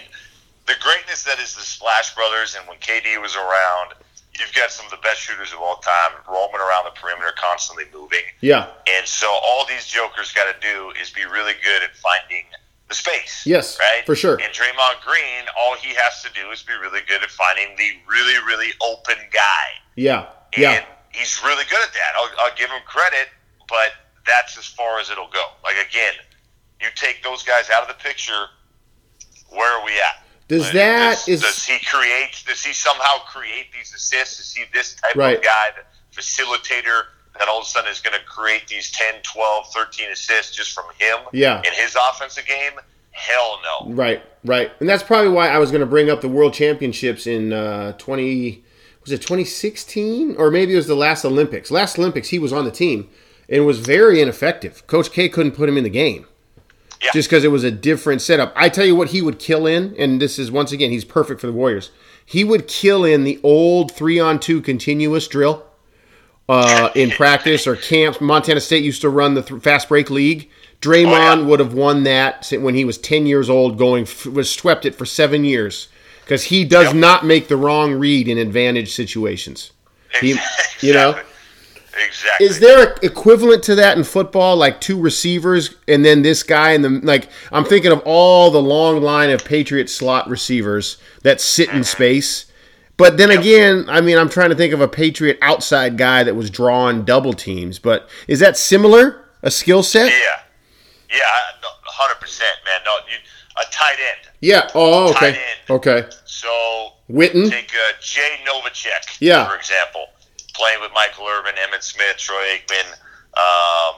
Speaker 3: the greatness that is the Splash Brothers and when KD was around, you've got some of the best shooters of all time roaming around the perimeter, constantly moving.
Speaker 2: Yeah.
Speaker 3: And so all these jokers got to do is be really good at finding the space.
Speaker 2: Yes,
Speaker 3: right,
Speaker 2: for sure.
Speaker 3: And Draymond Green, all he has to do is be really good at finding the really, really open guy.
Speaker 2: Yeah.
Speaker 3: And
Speaker 2: Yeah.
Speaker 3: he's really good at that. I'll, I'll give him credit, but that's as far as it'll go. Like, again, you take those guys out of the picture, where are we at?
Speaker 2: Does
Speaker 3: Like,
Speaker 2: that
Speaker 3: does,
Speaker 2: is
Speaker 3: does he create? Does he somehow create these assists? Is he this type
Speaker 2: Right.
Speaker 3: of guy, the facilitator, that all of a sudden is going to create these 10, 12, 13 assists just from him
Speaker 2: Yeah.
Speaker 3: in his offensive game? Hell no.
Speaker 2: Right, right, and that's probably why I was going to bring up the World Championships in uh, twenty was it twenty sixteen or maybe it was the last Olympics. Last Olympics, he was on the team and was very ineffective. Coach K couldn't put him in the game
Speaker 3: Yeah.
Speaker 2: just because it was a different setup. I tell you what, he would kill in, and this is once again he's perfect for the Warriors. He would kill in the old three on two continuous drill uh, in practice or camps. Montana State used to run the th- fast break league. Draymond
Speaker 3: Oh, yeah.
Speaker 2: would have won that si- when he was 10 years old, going f- was swept it for seven years because he does
Speaker 3: Yep.
Speaker 2: not make the wrong read in advantage situations.
Speaker 3: [laughs]
Speaker 2: He-
Speaker 3: Exactly.
Speaker 2: you know?
Speaker 3: Exactly.
Speaker 2: Is there a equivalent to that in football, like two receivers and then this guy and the like? I'm thinking of all the long line of Patriot slot receivers that sit
Speaker 3: Mm-hmm.
Speaker 2: in space. But then again, I mean, I'm trying to think of a Patriot outside guy that was drawing double teams. But is that similar? A skill set?
Speaker 3: Yeah, yeah, hundred percent, man. No, you, a tight end.
Speaker 2: Yeah. Oh, okay.
Speaker 3: Tight end.
Speaker 2: Okay.
Speaker 3: So
Speaker 2: Witten.
Speaker 3: take uh, Jay Novacek,
Speaker 2: Yeah.
Speaker 3: for example, playing with Michael Irvin, Emmett Smith, Troy Aikman, um,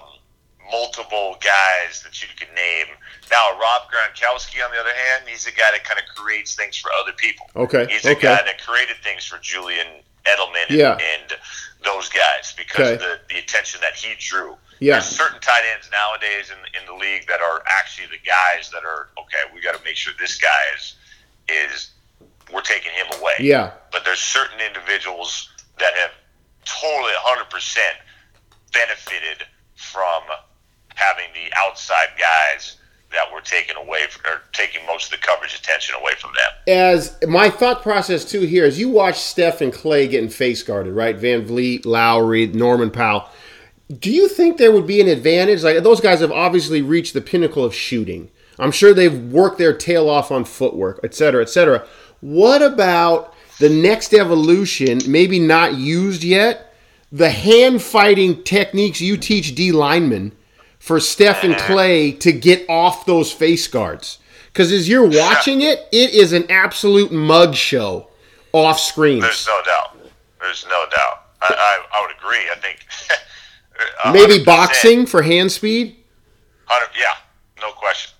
Speaker 3: multiple guys that you can name. Now Rob Gronkowski, on the other hand, he's a guy that kind of creates things for other people.
Speaker 2: Okay.
Speaker 3: He's a
Speaker 2: Okay.
Speaker 3: guy that created things for Julian Edelman and,
Speaker 2: Yeah.
Speaker 3: and those guys because of
Speaker 2: Okay.
Speaker 3: the, the attention that he drew.
Speaker 2: Yeah.
Speaker 3: There's certain tight ends nowadays in, in the league that are actually the guys that are, okay, we got to make sure this guy is, is we're taking him away.
Speaker 2: Yeah.
Speaker 3: But there's certain individuals that have totally 100% benefited from having the outside guys that were taken away from, or taking most of the coverage attention away from them.
Speaker 2: as my thought process too here is you watch Steph and Clay getting face guarded, right? Van Vliet, Lowry, Norman Powell. Do you think there would be an advantage? Like those guys have obviously reached the pinnacle of shooting. I'm sure they've worked their tail off on footwork, et cetera, et cetera. What about the next evolution, maybe not used yet, the hand fighting techniques you teach D linemen for Steph and Clay to get off those face guards. Because as you're watching it, it is an absolute mug show off
Speaker 3: There's
Speaker 2: screens.
Speaker 3: no doubt. There's no doubt. I, I, I would agree. I think [laughs] a
Speaker 2: Maybe
Speaker 3: 100%.
Speaker 2: boxing for hand speed.
Speaker 3: Hundred- yeah, no question.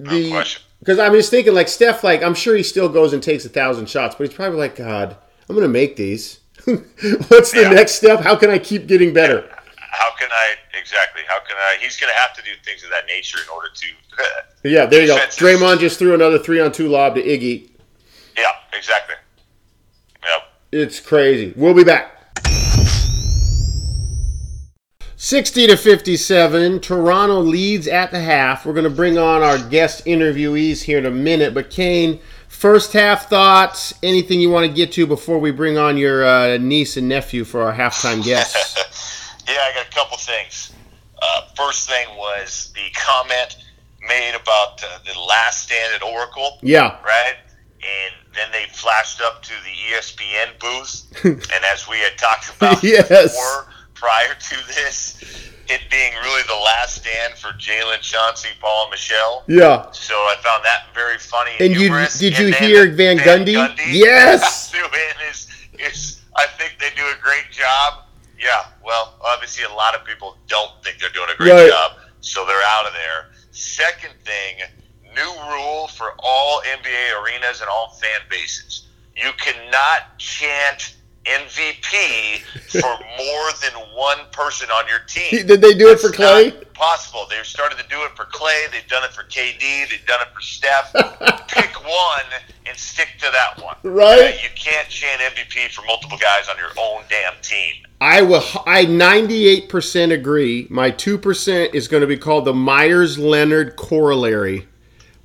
Speaker 3: No question.
Speaker 2: because I was thinking like Steph, like I'm sure he still goes and takes a thousand shots, but he's probably like, God, I'm gonna make these. [laughs] What's the
Speaker 3: Yeah.
Speaker 2: next step? How can I keep getting better?
Speaker 3: How can I exactly? How can I? He's going to have to do things of that nature in order to. [laughs]
Speaker 2: Yeah, there you go.
Speaker 3: Defenses.
Speaker 2: Draymond just threw another three on two lob to Iggy.
Speaker 3: yeah, exactly. Yep.
Speaker 2: It's crazy. We'll be back. 60 to 57. Toronto leads at the half. We're going to bring on our guest interviewees here in a minute. But, Kane, first half thoughts, anything you want to get to before we bring on your uh, niece and nephew for our halftime guests?
Speaker 3: Yeah, I got a couple things. Uh, first thing was the comment made about uh, the last stand at Oracle.
Speaker 2: yeah.
Speaker 3: right? And then they flashed up to the E ESPN booth, and as we had talked about
Speaker 2: Yes.
Speaker 3: before, prior to this, it being really the last stand for Jalen Chauncey, Paul, and Michelle.
Speaker 2: Yeah.
Speaker 3: So I found that very funny.
Speaker 2: And
Speaker 3: And,
Speaker 2: you-
Speaker 3: humorous.
Speaker 2: did
Speaker 3: And
Speaker 2: you
Speaker 3: then
Speaker 2: hear Van Gundy?
Speaker 3: [laughs]
Speaker 2: Yes!
Speaker 3: doing his, his, I think they do a great job. Yeah, well, obviously a lot of people don't think they're doing a great
Speaker 2: Right.
Speaker 3: job, so they're out of there. Second thing, new rule for all NBA arenas and all fan bases: you cannot chant MVP
Speaker 2: [laughs]
Speaker 3: for more than one person on your team.
Speaker 2: Did they do it for
Speaker 3: It's
Speaker 2: Clay?
Speaker 3: not possible. They've started to do it for Clay. They've done it for KD. They've done it
Speaker 2: [laughs]
Speaker 3: for Steph. Pick one and stick to that one.
Speaker 2: Right.
Speaker 3: Okay? You can't chant MVP for multiple guys on your own damn team.
Speaker 2: I will. I 98% agree. My 2% is going to be called the Myers Leonard corollary,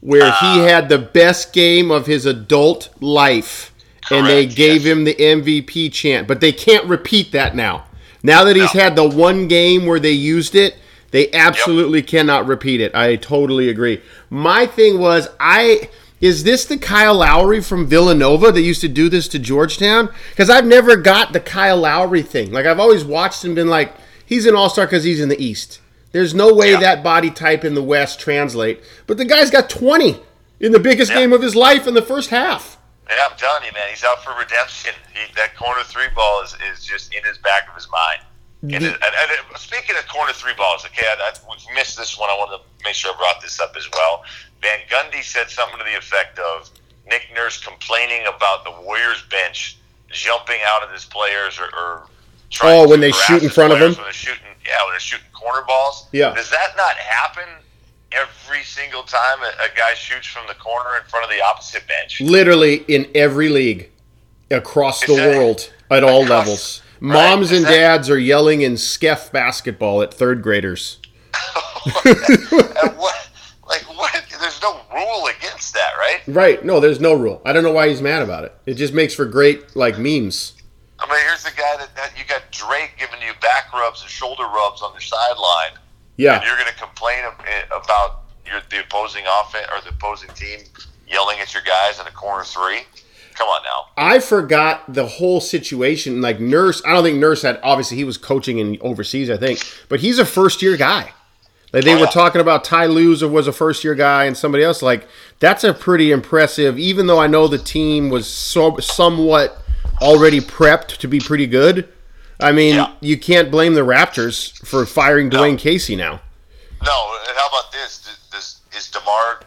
Speaker 2: where
Speaker 3: Ah.
Speaker 2: he had the best game of his adult life, and they
Speaker 3: Correct,
Speaker 2: gave
Speaker 3: yes.
Speaker 2: him the MVP chant. But they can't repeat that now. Now that he's
Speaker 3: No.
Speaker 2: had the one game where they used it, they absolutely cannot repeat it. I totally agree. My thing was I is this the Kyle Lowry from Villanova that used to do this to Georgetown? Because I've never got the Kyle Lowry thing. Like I've always watched and been like, he's an all star because he's in the East. There's no way
Speaker 3: Yeah.
Speaker 2: that body type in the West translate. But the guy's got 20 in the biggest
Speaker 3: Yeah.
Speaker 2: game of his life in the first half.
Speaker 3: And I'm telling you, man, he's out for redemption. He, that corner three ball is, is just in his back of his mind. And, and, and it- speaking of corner three balls, okay, I, I, we've missed this one. I wanted to make sure I brought this up as well. Van Gundy said something to the effect of Nick Nurse complaining about the Warriors bench jumping out of his players or, or trying
Speaker 2: Oh,
Speaker 3: to
Speaker 2: when they
Speaker 3: harass
Speaker 2: shoot in
Speaker 3: his
Speaker 2: front of
Speaker 3: players
Speaker 2: him?
Speaker 3: When they're shooting, yeah, when they're shooting corner balls.
Speaker 2: Yeah.
Speaker 3: Does that not happen every single time a, a guy shoots from the corner in front of the opposite bench?
Speaker 2: Literally in every league across the
Speaker 3: Is that-
Speaker 2: world at all
Speaker 3: Across-
Speaker 2: levels.
Speaker 3: right,
Speaker 2: Moms
Speaker 3: is
Speaker 2: and
Speaker 3: that-
Speaker 2: dads are yelling in skeff basketball at third graders.
Speaker 3: And what, like, what? There's no rule against that, right?
Speaker 2: Right. No, there's no rule. I don't know why he's mad about it. It just makes for great like memes.
Speaker 3: I mean, here's the guy that, that you got Drake giving you back rubs and shoulder rubs on the sideline, and
Speaker 2: Yeah.
Speaker 3: you're going to complain ab- eh, about your the opposing offense or the opposing team yelling at your guys in a corner three. Come on now.
Speaker 2: I forgot the whole situation. Like Nurse, I don't think Nurse had obviously he was coaching in overseas, I think, but he's a first year guy. Like they
Speaker 3: Oh,
Speaker 2: were
Speaker 3: yeah.
Speaker 2: talking about Ty Luz was a first year guy and somebody else. Like that's a pretty impressive. Even though I know the team was so somewhat already prepped to be pretty good. I mean,
Speaker 3: Yeah.
Speaker 2: you can't blame the Raptors for firing Dwayne Casey now.
Speaker 3: No, and how about this? Does, does is Demar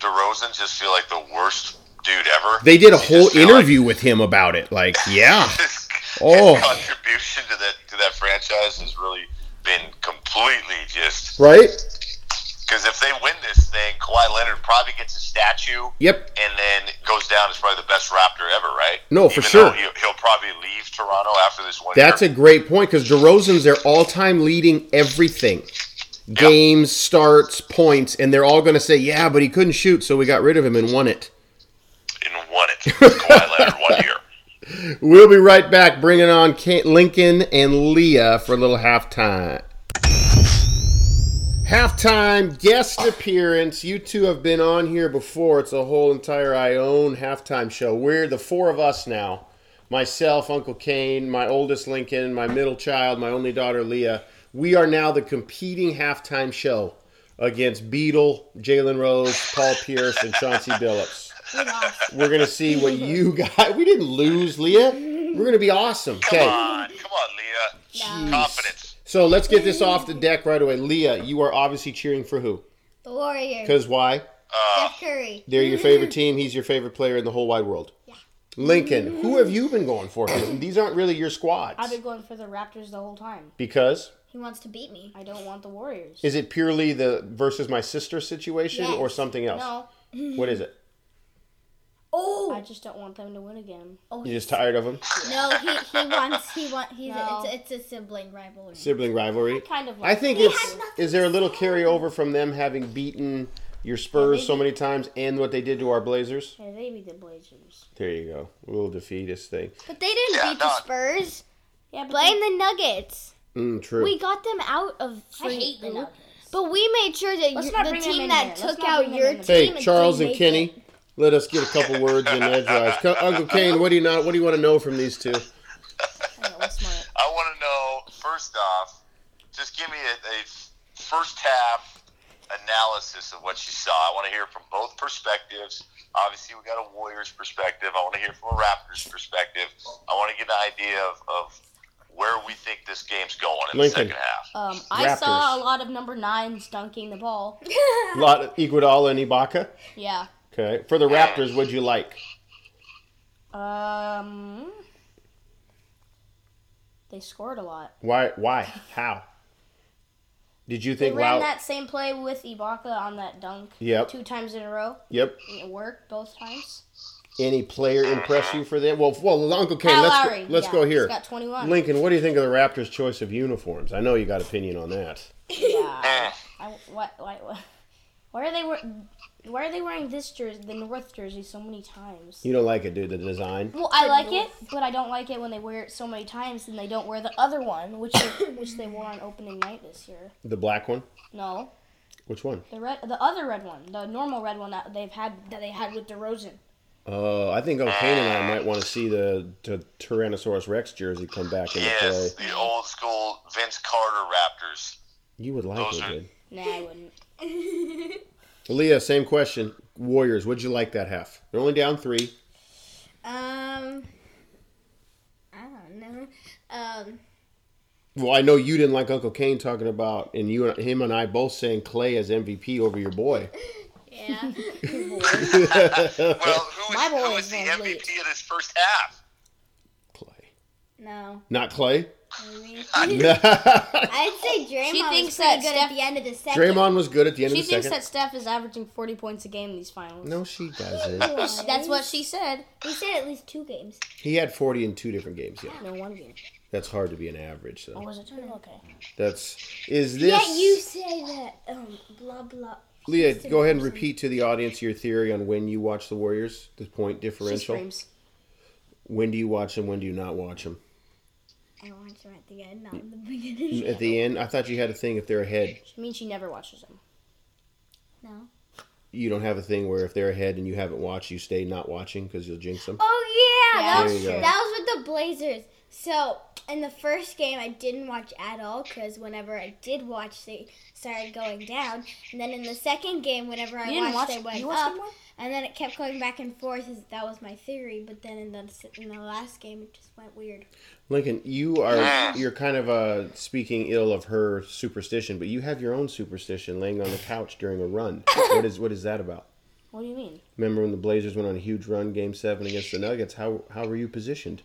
Speaker 3: Derozan just feel like the worst dude ever?
Speaker 2: They did a
Speaker 3: Does he
Speaker 2: whole
Speaker 3: just feel like-
Speaker 2: interview with him about it. Like, yeah.
Speaker 3: [laughs] his,
Speaker 2: Oh.
Speaker 3: his contribution to that to that franchise has really been completely just
Speaker 2: Right?
Speaker 3: because if they win this thing, Kawhi Leonard probably gets a statue.
Speaker 2: Yep.
Speaker 3: And then goes down as probably the best Raptor ever, right?
Speaker 2: No, for
Speaker 3: Even though
Speaker 2: sure.
Speaker 3: He'll, he'll probably leave Toronto after this one.
Speaker 2: That's a
Speaker 3: year.
Speaker 2: great point because DeRozan's their all-time leading everything, games, starts, points, and they're all going to say, "Yeah, but he couldn't shoot, so we got rid of him and won it."
Speaker 3: and won it. Kawhi Leonard one
Speaker 2: [laughs]
Speaker 3: year.
Speaker 2: We'll be right back, bringing on Kent Lincoln and Leah for a little halftime. Halftime guest appearance. You two have been on here before. It's a whole entire I own halftime show. We're the four of us now myself, Uncle Kane, my oldest Lincoln, my middle child, my only daughter Leah. We are now the competing halftime show against Beadle, Jalen Rose, Paul Pierce, and Chauncey Billups. We're gonna see what you got. We didn't lose, Leah. We're gonna be awesome.
Speaker 3: Come
Speaker 2: Okay.
Speaker 3: on, come on, Leah.
Speaker 2: Jeez.
Speaker 3: Confidence.
Speaker 2: So let's get this off the deck right away. Leah, you are obviously cheering for who?
Speaker 4: The Warriors.
Speaker 2: Because why?
Speaker 4: Steph Curry.
Speaker 2: They're your favorite
Speaker 5: Mm-hmm.
Speaker 2: team. He's your favorite player in the whole wide world. Lincoln, who have you been going
Speaker 5: [coughs]
Speaker 2: for? 'Cause These aren't really your
Speaker 5: Mm-hmm. I've
Speaker 2: squads.
Speaker 5: been going for the Raptors the whole time.
Speaker 2: Because
Speaker 4: He wants to beat me.
Speaker 5: I don't want the Warriors.
Speaker 2: is it purely the versus my sister situation
Speaker 4: Yes.
Speaker 2: or something else?
Speaker 5: No,
Speaker 2: [laughs] What is it?
Speaker 5: I
Speaker 4: Oh
Speaker 5: just don't want them to win again.
Speaker 2: You're just tired of them?
Speaker 4: no, he, he wants he wants he's
Speaker 5: No.
Speaker 4: a, it's, a, it's a sibling rivalry.
Speaker 2: Sibling rivalry.
Speaker 5: Kind of.
Speaker 2: I
Speaker 5: Like
Speaker 2: think
Speaker 5: it.
Speaker 2: it's is there a little carryover from them having beaten your Spurs so many times and what they did to our Blazers?
Speaker 5: Yeah, they beat the Blazers.
Speaker 2: There you go. A little defeatist thing.
Speaker 4: But they didn't
Speaker 3: Yeah,
Speaker 4: beat the
Speaker 3: no.
Speaker 4: Spurs.
Speaker 5: Yeah, but
Speaker 4: Blame the Nuggets.
Speaker 2: Mm, true.
Speaker 4: We got them out of free
Speaker 5: hate the
Speaker 4: group,
Speaker 5: Nuggets.
Speaker 4: But we made sure that
Speaker 5: Let's
Speaker 4: you,
Speaker 5: not
Speaker 4: the
Speaker 5: bring them
Speaker 4: team
Speaker 5: in
Speaker 4: that
Speaker 5: here. Let's
Speaker 4: took
Speaker 5: not
Speaker 4: out
Speaker 5: bring them
Speaker 4: your
Speaker 5: in
Speaker 4: team.
Speaker 5: here.
Speaker 2: Hey, Charles and
Speaker 4: didn't make
Speaker 2: Kenny,
Speaker 4: it.
Speaker 2: let us get a couple words in edgewise. Co- Uncle Kane, what do you not? What do you want to know from these two?
Speaker 5: I know, what's smart.
Speaker 3: I want to know first off, just give me a, a f- first half analysis of what you saw. I want to hear from both perspectives. Obviously, we got a Warriors perspective. I want to hear from a Raptors perspective. I want to get an idea of, of where we think this game's going in
Speaker 2: Lincoln.
Speaker 3: the second half.
Speaker 5: Um, I saw
Speaker 2: Raptors.
Speaker 5: a lot of number nines dunking the ball.
Speaker 2: lot of Iguodala and Ibaka.
Speaker 5: Yeah.
Speaker 2: Okay, for the Raptors, would you like?
Speaker 5: Um, they scored a lot.
Speaker 2: Why? Why? How? Did you
Speaker 5: They
Speaker 2: think?
Speaker 5: ran
Speaker 2: Wow.
Speaker 5: that same play with Ibaka on that dunk.
Speaker 2: Yep.
Speaker 5: Two times in a row.
Speaker 2: yep.
Speaker 5: And it worked both times.
Speaker 2: Any player impress you for them? Well, well, Uncle Kane,
Speaker 5: Kyle
Speaker 2: let's
Speaker 5: Lowry,
Speaker 2: go, let's
Speaker 5: yeah,
Speaker 2: go
Speaker 5: he's
Speaker 2: here.
Speaker 5: got 21.
Speaker 2: Lincoln, what do you think of the Raptors' choice of uniforms? I know you got opinion on that.
Speaker 5: Yeah.
Speaker 3: Eh,
Speaker 5: I, why, why, why, why are they wearing? Why are they wearing this jersey, the North jersey, so many times?
Speaker 2: You don't like it, dude. The design.
Speaker 5: Well, I like it, but I don't like it when they wear it so many times and they don't wear the other one, which [coughs] they, which they wore on opening night this year.
Speaker 2: The black one.
Speaker 5: No,
Speaker 2: Which one?
Speaker 5: the red, the other red one, the normal red one that they've had that they had with DeRozan.
Speaker 2: Uh, I think Uncle Kane and I might want to see the, the Tyrannosaurus Rex jersey come back into
Speaker 3: yes,
Speaker 2: play.
Speaker 3: the old school Vince Carter
Speaker 5: [laughs]
Speaker 3: Raptors.
Speaker 2: You would like
Speaker 3: Those
Speaker 2: it,
Speaker 3: are-
Speaker 2: dude.
Speaker 5: Nah, I wouldn't. [laughs]
Speaker 2: Leah, same question. Warriors, would you like that half? They're only down three.
Speaker 4: Um, I don't know. Um,
Speaker 2: Well, I know you didn't like Uncle Kane talking about, and you, him, and I both saying Clay as MVP over your boy.
Speaker 4: yeah.
Speaker 3: Well, who
Speaker 5: My
Speaker 3: is,
Speaker 5: boy
Speaker 3: who
Speaker 5: is
Speaker 3: is the
Speaker 5: Van
Speaker 3: MVP
Speaker 5: Vliet.
Speaker 3: of this first half?
Speaker 2: Clay,
Speaker 4: no.
Speaker 2: not Clay.
Speaker 5: [laughs]
Speaker 4: I'd say Draymond
Speaker 5: She
Speaker 4: was
Speaker 5: thinks
Speaker 4: pretty
Speaker 5: that
Speaker 4: good at
Speaker 5: Steph-
Speaker 4: the end of the
Speaker 2: [laughs]
Speaker 4: second.
Speaker 2: Draymond was good at the end
Speaker 5: She
Speaker 2: of the
Speaker 5: thinks
Speaker 2: second.
Speaker 5: that Steph is averaging 40 points a game in these finals.
Speaker 2: no, she doesn't.
Speaker 5: [laughs] That's what she said.
Speaker 4: He said at least two games.
Speaker 2: he had forty in two different games. Yeah,
Speaker 5: No one game.
Speaker 2: that's hard to be an average.
Speaker 5: Oh,
Speaker 2: Though.
Speaker 5: was it? Okay.
Speaker 2: That's is
Speaker 4: Yeah,
Speaker 2: this?
Speaker 4: you say that. Um, blah blah.
Speaker 2: Leah, go ahead and repeat to the audience your theory on when you watch the Warriors, the point
Speaker 5: She
Speaker 2: differential.
Speaker 5: screams.
Speaker 2: When do you watch them? When do you not watch them?
Speaker 4: I want him at the end, not in the beginning.
Speaker 2: At the end, I thought you had a thing if they're ahead.
Speaker 5: She means she never watches them.
Speaker 4: [laughs] No.
Speaker 2: You don't have a thing where if they're ahead and you haven't watched, you stay not watching because you'll jinx them.
Speaker 4: Oh yeah,
Speaker 5: Yeah,
Speaker 4: that, was,
Speaker 2: There you go.
Speaker 4: that was with the Blazers. So in the first game, I didn't watch at all because whenever I did watch, they started going down. And then in the second game, whenever I
Speaker 5: You didn't
Speaker 4: watched,
Speaker 5: watch
Speaker 4: they went
Speaker 5: you watched
Speaker 4: up.
Speaker 5: them more?
Speaker 4: And then it kept going back and forth. Is that was my theory, but then in the s- in the last game, it just went weird.
Speaker 2: Lincoln, you
Speaker 5: Ah.
Speaker 2: are you're kind of uh, speaking ill of her superstition, but you have your own superstition laying on the couch during a
Speaker 5: [laughs]
Speaker 2: run. what is what is that about?
Speaker 5: What do you mean?
Speaker 2: Remember when the Blazers went on a huge run, Game Seven against the Nuggets? How how were you positioned?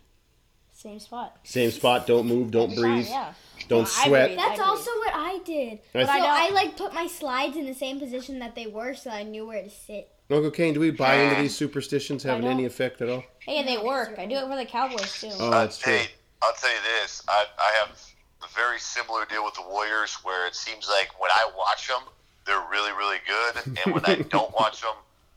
Speaker 5: Same spot.
Speaker 2: Same spot. Don't move. Don't breathe.
Speaker 5: yeah.
Speaker 2: Don't
Speaker 5: Well, I
Speaker 2: sweat.
Speaker 5: breathe.
Speaker 4: That's
Speaker 5: agree.
Speaker 4: also what I did.
Speaker 2: But
Speaker 4: so
Speaker 2: I
Speaker 4: I,
Speaker 5: don't-
Speaker 4: like put my slides in the same position that they were, so I knew where to sit.
Speaker 2: Uncle Kane, do we buy into these superstitions having
Speaker 5: I
Speaker 2: any
Speaker 5: don't.
Speaker 2: effect at all?
Speaker 5: Hey, they work. I do it for the Cowboys
Speaker 3: Uh,
Speaker 5: too.
Speaker 2: Oh, that's true.
Speaker 3: Hey, I'll tell you this. I, I have a very similar deal with the Warriors where it seems like when I watch them, they're really, really good.
Speaker 2: [laughs]
Speaker 3: And when I don't watch them,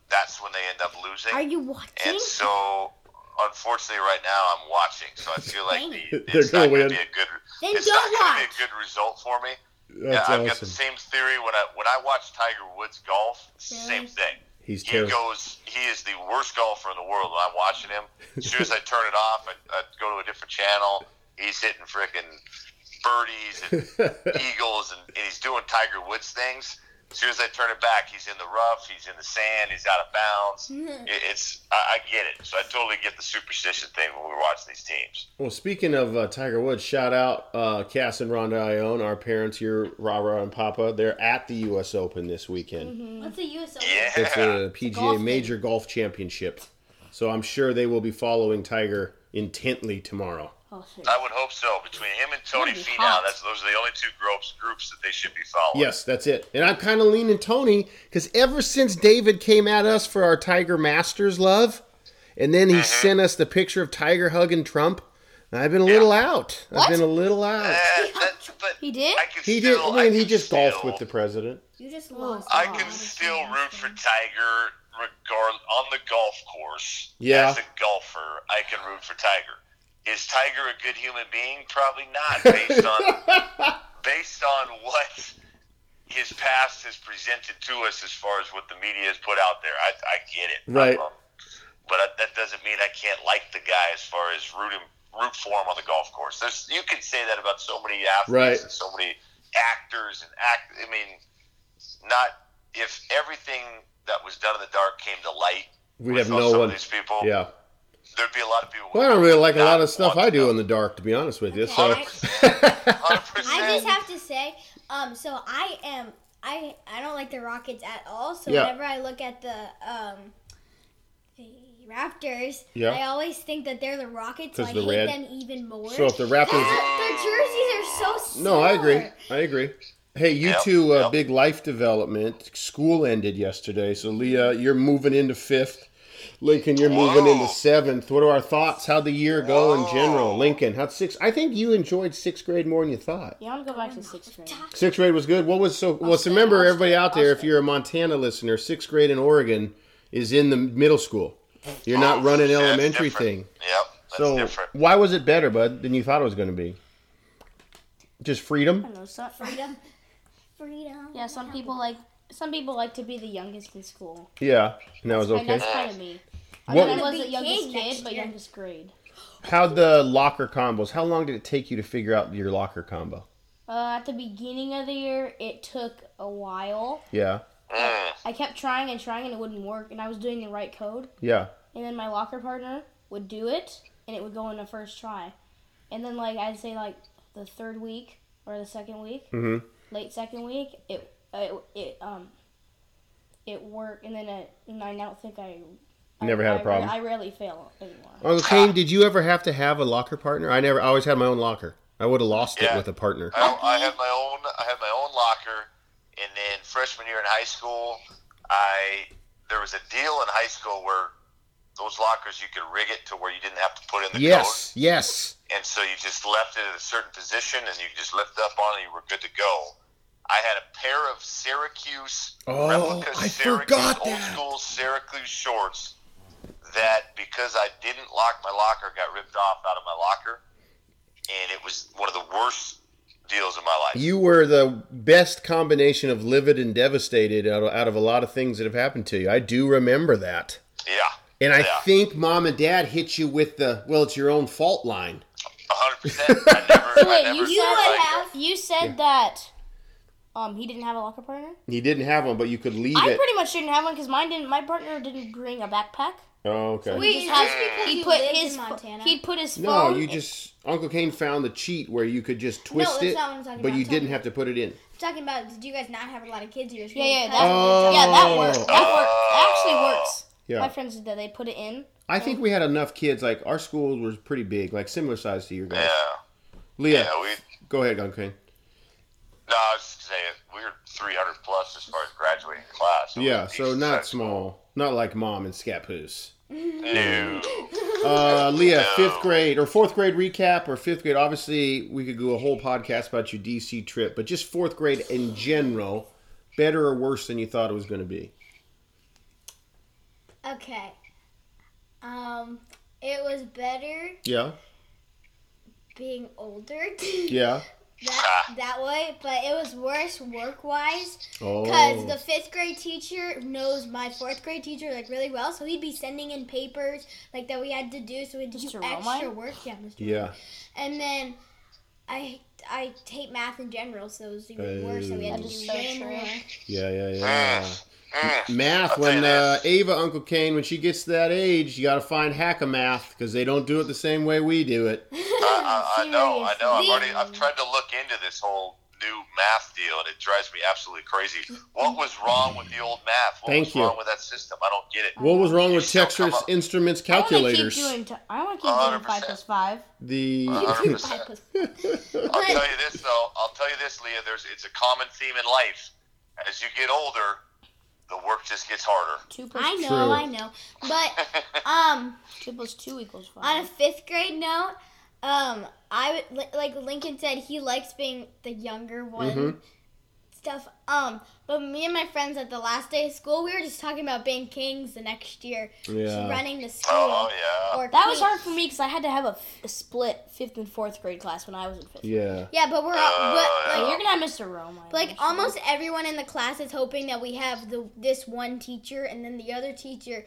Speaker 3: that's when they end up losing.
Speaker 4: Are you watching?
Speaker 3: and so, unfortunately, right now I'm watching. So I feel like the,
Speaker 2: They're
Speaker 3: it's not
Speaker 2: gonna win.
Speaker 3: going to be a good.
Speaker 4: Then
Speaker 3: it's
Speaker 4: don't
Speaker 3: not gonna be
Speaker 4: watch.
Speaker 3: a good result for me.
Speaker 2: That's
Speaker 3: yeah, I've got the
Speaker 2: awesome.
Speaker 3: same theory when I when I watch Tiger Woods golf. Same
Speaker 4: Really?
Speaker 3: thing.
Speaker 2: He's
Speaker 3: he
Speaker 2: terrible.
Speaker 3: goes, he is the worst golfer in the world. When I'm watching him, as soon as I turn it off, I, I go to a different channel. He's hitting freaking birdies
Speaker 2: [laughs]
Speaker 3: and eagles, and, and he's doing Tiger Woods things. As soon as I turn it back, he's in the rough, he's in the sand, he's out of bounds. It, it's I, I get it, so I totally get the superstition thing when we're watching these teams.
Speaker 2: Well, speaking of uh, Tiger Woods, shout out uh, Cass and Rhonda Ione, our parents, your Rara and Papa. They're at the U.S. Open this weekend.
Speaker 6: What's a US Open?
Speaker 3: Yeah,
Speaker 2: It's a PGA
Speaker 5: golf
Speaker 2: Major Golf Championship. So I'm sure they will be following Tiger intently tomorrow.
Speaker 5: Oh, shit.
Speaker 3: I would hope so. Between him and Tony
Speaker 5: That'd be
Speaker 3: Finau,
Speaker 5: hot.
Speaker 3: that's those are the only two groups groups that they should be following.
Speaker 2: Yes, that's it. And I'm kind of leaning Tony because ever since David came at us for our Tiger Masters love, and then
Speaker 3: Mm-hmm.
Speaker 2: he sent us the picture of Tiger hugging Trump, I've been a little out. I've been a little out.
Speaker 3: Eh, that's- but
Speaker 5: He did?
Speaker 3: I can
Speaker 2: He did.
Speaker 3: still,
Speaker 2: I mean, he
Speaker 3: can
Speaker 2: just golfed
Speaker 3: still-
Speaker 2: with the president.
Speaker 6: You just lost.
Speaker 3: I can still root for Tiger regard on the golf course.
Speaker 2: Yeah.
Speaker 3: As a golfer, I can root for Tiger. Is Tiger a good human being? Probably not, based
Speaker 2: [laughs]
Speaker 3: on based on what his past has presented to us as far as what the media has put out there. I, I get it.
Speaker 2: Right.
Speaker 3: Um, but I, that doesn't mean I can't like the guy as far as root him, root for him on the golf course. There's you can say that about so many athletes
Speaker 2: Right.
Speaker 3: and so many actors and act. I mean, not if everything that was done in the dark came to light.
Speaker 2: We'd
Speaker 3: with
Speaker 2: have no
Speaker 3: some
Speaker 2: one-
Speaker 3: of these people.
Speaker 2: Yeah.
Speaker 3: there'd be a lot of people.
Speaker 2: Well, I don't really like a lot of
Speaker 3: not
Speaker 2: stuff
Speaker 3: want
Speaker 2: I do
Speaker 3: to
Speaker 2: in the dark, to be honest with you. So, [laughs]
Speaker 3: know. 100%.
Speaker 4: I just
Speaker 3: 100%.
Speaker 4: have to say, um, so I am I I don't like the Rockets at all. So
Speaker 2: Yeah.
Speaker 4: whenever I look at the um the Raptors,
Speaker 2: Yeah.
Speaker 4: I always think that they're the Rockets, so
Speaker 2: 'Cause
Speaker 4: I
Speaker 2: the
Speaker 4: hate
Speaker 2: red-
Speaker 4: them even more.
Speaker 2: so if the Raptors.
Speaker 4: their jerseys are so small.
Speaker 2: No, I agree. I agree. Hey, you
Speaker 3: Yep,
Speaker 2: two, uh,
Speaker 3: yep.
Speaker 2: big life development. School ended yesterday, so Leah, you're moving into fifth. Lincoln, you're moving
Speaker 3: Whoa.
Speaker 2: into seventh. What are our thoughts? How'd the year go in
Speaker 3: Whoa.
Speaker 2: general? Lincoln, how'd six? I think you enjoyed sixth grade more than you thought.
Speaker 5: Yeah, I'm gonna go back to sixth grade.
Speaker 2: Sixth grade was good. What was so? Well, so remember, everybody out there, if you're a Montana listener, sixth grade in Oregon is in the middle school. You're not running
Speaker 3: Yeah, that's
Speaker 2: elementary
Speaker 3: Oh, different.
Speaker 2: thing.
Speaker 3: Yep, that's
Speaker 2: So
Speaker 3: different.
Speaker 2: why was it better, bud, than you thought it was going to be? Just freedom.
Speaker 5: I know, so,
Speaker 4: Freedom.
Speaker 5: yeah, some people like some people like to be the youngest in school,
Speaker 2: Yeah, and that was
Speaker 5: and
Speaker 2: okay.
Speaker 5: that's kind of me. I
Speaker 2: What-
Speaker 5: mean, I was
Speaker 4: Be
Speaker 5: the youngest
Speaker 4: king next
Speaker 5: kid, but
Speaker 4: year.
Speaker 5: youngest grade.
Speaker 2: How the locker combos? How long did it take you to figure out your locker combo?
Speaker 5: Uh, at the beginning of the year, it took a while.
Speaker 2: Yeah,
Speaker 3: Mm.
Speaker 5: I kept trying and trying, and it wouldn't work. And I was doing the right code,
Speaker 2: yeah.
Speaker 5: and then my locker partner would do it, and it would go in the first try. And then, like I'd say, like the third week or the second week,
Speaker 2: Mhm.
Speaker 5: late second week, it it, it um it worked. And then it, and I now think I
Speaker 2: Never
Speaker 5: I,
Speaker 2: had a
Speaker 5: a
Speaker 2: problem.
Speaker 5: I rarely fail anymore.
Speaker 2: Uncle Kane, did you ever have to have a locker partner? I never. I always had my own locker. I would have lost it
Speaker 3: Yeah.
Speaker 2: with a partner.
Speaker 3: I, I had my own. I had my own locker, and then freshman year in high school, I there was a deal in high school where those lockers you could rig it to where you didn't have to put in the
Speaker 2: Yes, yes.
Speaker 3: code, and so you just left it at a certain position, and you just lift up on it, and you were good to go. I had a pair of Syracuse
Speaker 2: Oh,
Speaker 3: replica
Speaker 2: I
Speaker 3: Syracuse
Speaker 2: forgot
Speaker 3: old
Speaker 2: that.
Speaker 3: school Syracuse shorts that because I didn't lock my locker got ripped off out of my locker, and it was one of the worst deals in my life.
Speaker 2: You were the best combination of livid and devastated out of, out of a lot of things that have happened to you. I do remember that.
Speaker 3: Yeah,
Speaker 2: And I
Speaker 3: Yeah.
Speaker 2: think mom and dad hit you with the well, it's your own fault line.
Speaker 3: a hundred percent. I never, I
Speaker 5: [laughs] Wait,
Speaker 3: never.
Speaker 5: you
Speaker 4: You would
Speaker 3: I-
Speaker 4: have
Speaker 5: You said that um he didn't have a locker partner.
Speaker 2: He didn't have one, but you could leave
Speaker 5: I
Speaker 2: it.
Speaker 5: pretty much didn't have one because mine didn't. My partner didn't bring a backpack.
Speaker 2: oh, okay.
Speaker 4: Wait,
Speaker 5: He
Speaker 4: is
Speaker 5: just
Speaker 4: this
Speaker 5: had-
Speaker 4: because
Speaker 5: he
Speaker 4: you
Speaker 5: put
Speaker 4: lived
Speaker 5: his
Speaker 4: in
Speaker 5: pho-
Speaker 4: Montana?
Speaker 5: He'd put his
Speaker 2: No,
Speaker 5: phone.
Speaker 2: you just Uncle Kane found the cheat where you could just twist
Speaker 4: that's
Speaker 2: it,
Speaker 4: not what I'm talking
Speaker 2: but
Speaker 4: about.
Speaker 2: you
Speaker 4: I'm
Speaker 2: didn't
Speaker 4: talking-
Speaker 2: have to put it in.
Speaker 4: talking about did you guys not have a lot of kids in your school?
Speaker 5: Yeah, yeah, that,
Speaker 4: Because-
Speaker 5: yeah, that works.
Speaker 2: Oh.
Speaker 5: That works. That actually works.
Speaker 2: Yeah,
Speaker 5: My friends did that. They put it in.
Speaker 2: I think we had enough kids. Like our school was pretty big, like similar size to your guys.
Speaker 3: Yeah,
Speaker 2: Leah,
Speaker 3: yeah. We
Speaker 2: go ahead, Uncle Kane.
Speaker 3: no, I was just saying we were three hundred plus as far as graduating class. It was
Speaker 2: Yeah,
Speaker 3: a
Speaker 2: so
Speaker 3: decent
Speaker 2: not
Speaker 3: size.
Speaker 2: small, not like mom and Scappoose.
Speaker 3: No.
Speaker 2: Uh, Leah,
Speaker 3: No.
Speaker 2: fifth grade or fourth grade recap or fifth grade. Obviously, we could do a whole podcast about your DC trip, but just fourth grade in general, better or worse than you thought it was going to be.
Speaker 4: Okay. Um, it was better
Speaker 2: Yeah,
Speaker 4: being older. [laughs]
Speaker 2: yeah,
Speaker 4: that, that way, but it was worse work wise because
Speaker 2: Oh.
Speaker 4: the fifth grade teacher knows my fourth grade teacher like really well, so he'd be sending in papers like that we had to do, so we had to do
Speaker 5: Mr.
Speaker 4: extra
Speaker 5: Romine?
Speaker 4: work. Yeah, Mr.
Speaker 2: Yeah.
Speaker 4: And then I I hate math in general, so it was even worse. So we had
Speaker 2: Oh.
Speaker 4: to
Speaker 5: That is
Speaker 4: do
Speaker 5: so
Speaker 4: way
Speaker 5: true.
Speaker 4: more.
Speaker 2: Yeah, yeah, yeah.
Speaker 3: Mm.
Speaker 2: Math.
Speaker 3: I'll
Speaker 2: When
Speaker 3: tell you
Speaker 2: uh,
Speaker 3: that.
Speaker 2: Ava, Uncle Kane, when she gets to that age, you got to find hack a math because they don't do it the same way we do it.
Speaker 3: I, I, I know, I know. I've
Speaker 4: The-
Speaker 3: already I've tried to look into this whole new math deal, and it drives me absolutely crazy. What was wrong with the old math? What
Speaker 2: Thank
Speaker 3: was
Speaker 2: you.
Speaker 3: wrong with that system? I don't get it.
Speaker 2: What was wrong
Speaker 3: You
Speaker 2: with
Speaker 3: still come
Speaker 2: Texas
Speaker 3: up-
Speaker 2: Instruments
Speaker 5: I
Speaker 2: calculators?
Speaker 5: want to keep doing. T- I want to keep doing five
Speaker 3: 100%.
Speaker 5: plus five.
Speaker 2: The [laughs]
Speaker 3: Uh, [laughs] 100%.
Speaker 5: Five plus
Speaker 3: I'll tell you this though. I'll tell you this, Leah. There's it's a common theme in life. As you get older, the work just gets harder.
Speaker 5: two
Speaker 4: [laughs]
Speaker 5: plus [laughs]
Speaker 4: I know,
Speaker 2: True.
Speaker 4: I know, but um.
Speaker 5: two plus two equals
Speaker 4: On a
Speaker 5: five.
Speaker 4: fifth grade note, um, I would li- like Lincoln said he likes being the younger one.
Speaker 2: Mhm.
Speaker 4: Stuff. Um, but me and my friends at the last day of school, we were just talking about being kings the next year,
Speaker 2: Yeah.
Speaker 4: running the school.
Speaker 3: Oh yeah.
Speaker 4: Or
Speaker 5: That was
Speaker 4: queen.
Speaker 5: hard for me because I had to have a, f- a split fifth and fourth grade class when I was in fifth.
Speaker 2: yeah.
Speaker 4: Yeah, but we're all,
Speaker 3: Oh,
Speaker 4: but,
Speaker 5: Like,
Speaker 4: like,
Speaker 5: you're gonna have Mr. Rome. I
Speaker 4: like
Speaker 5: guess.
Speaker 4: almost everyone in the class is hoping that we have the this one teacher and then the other teacher.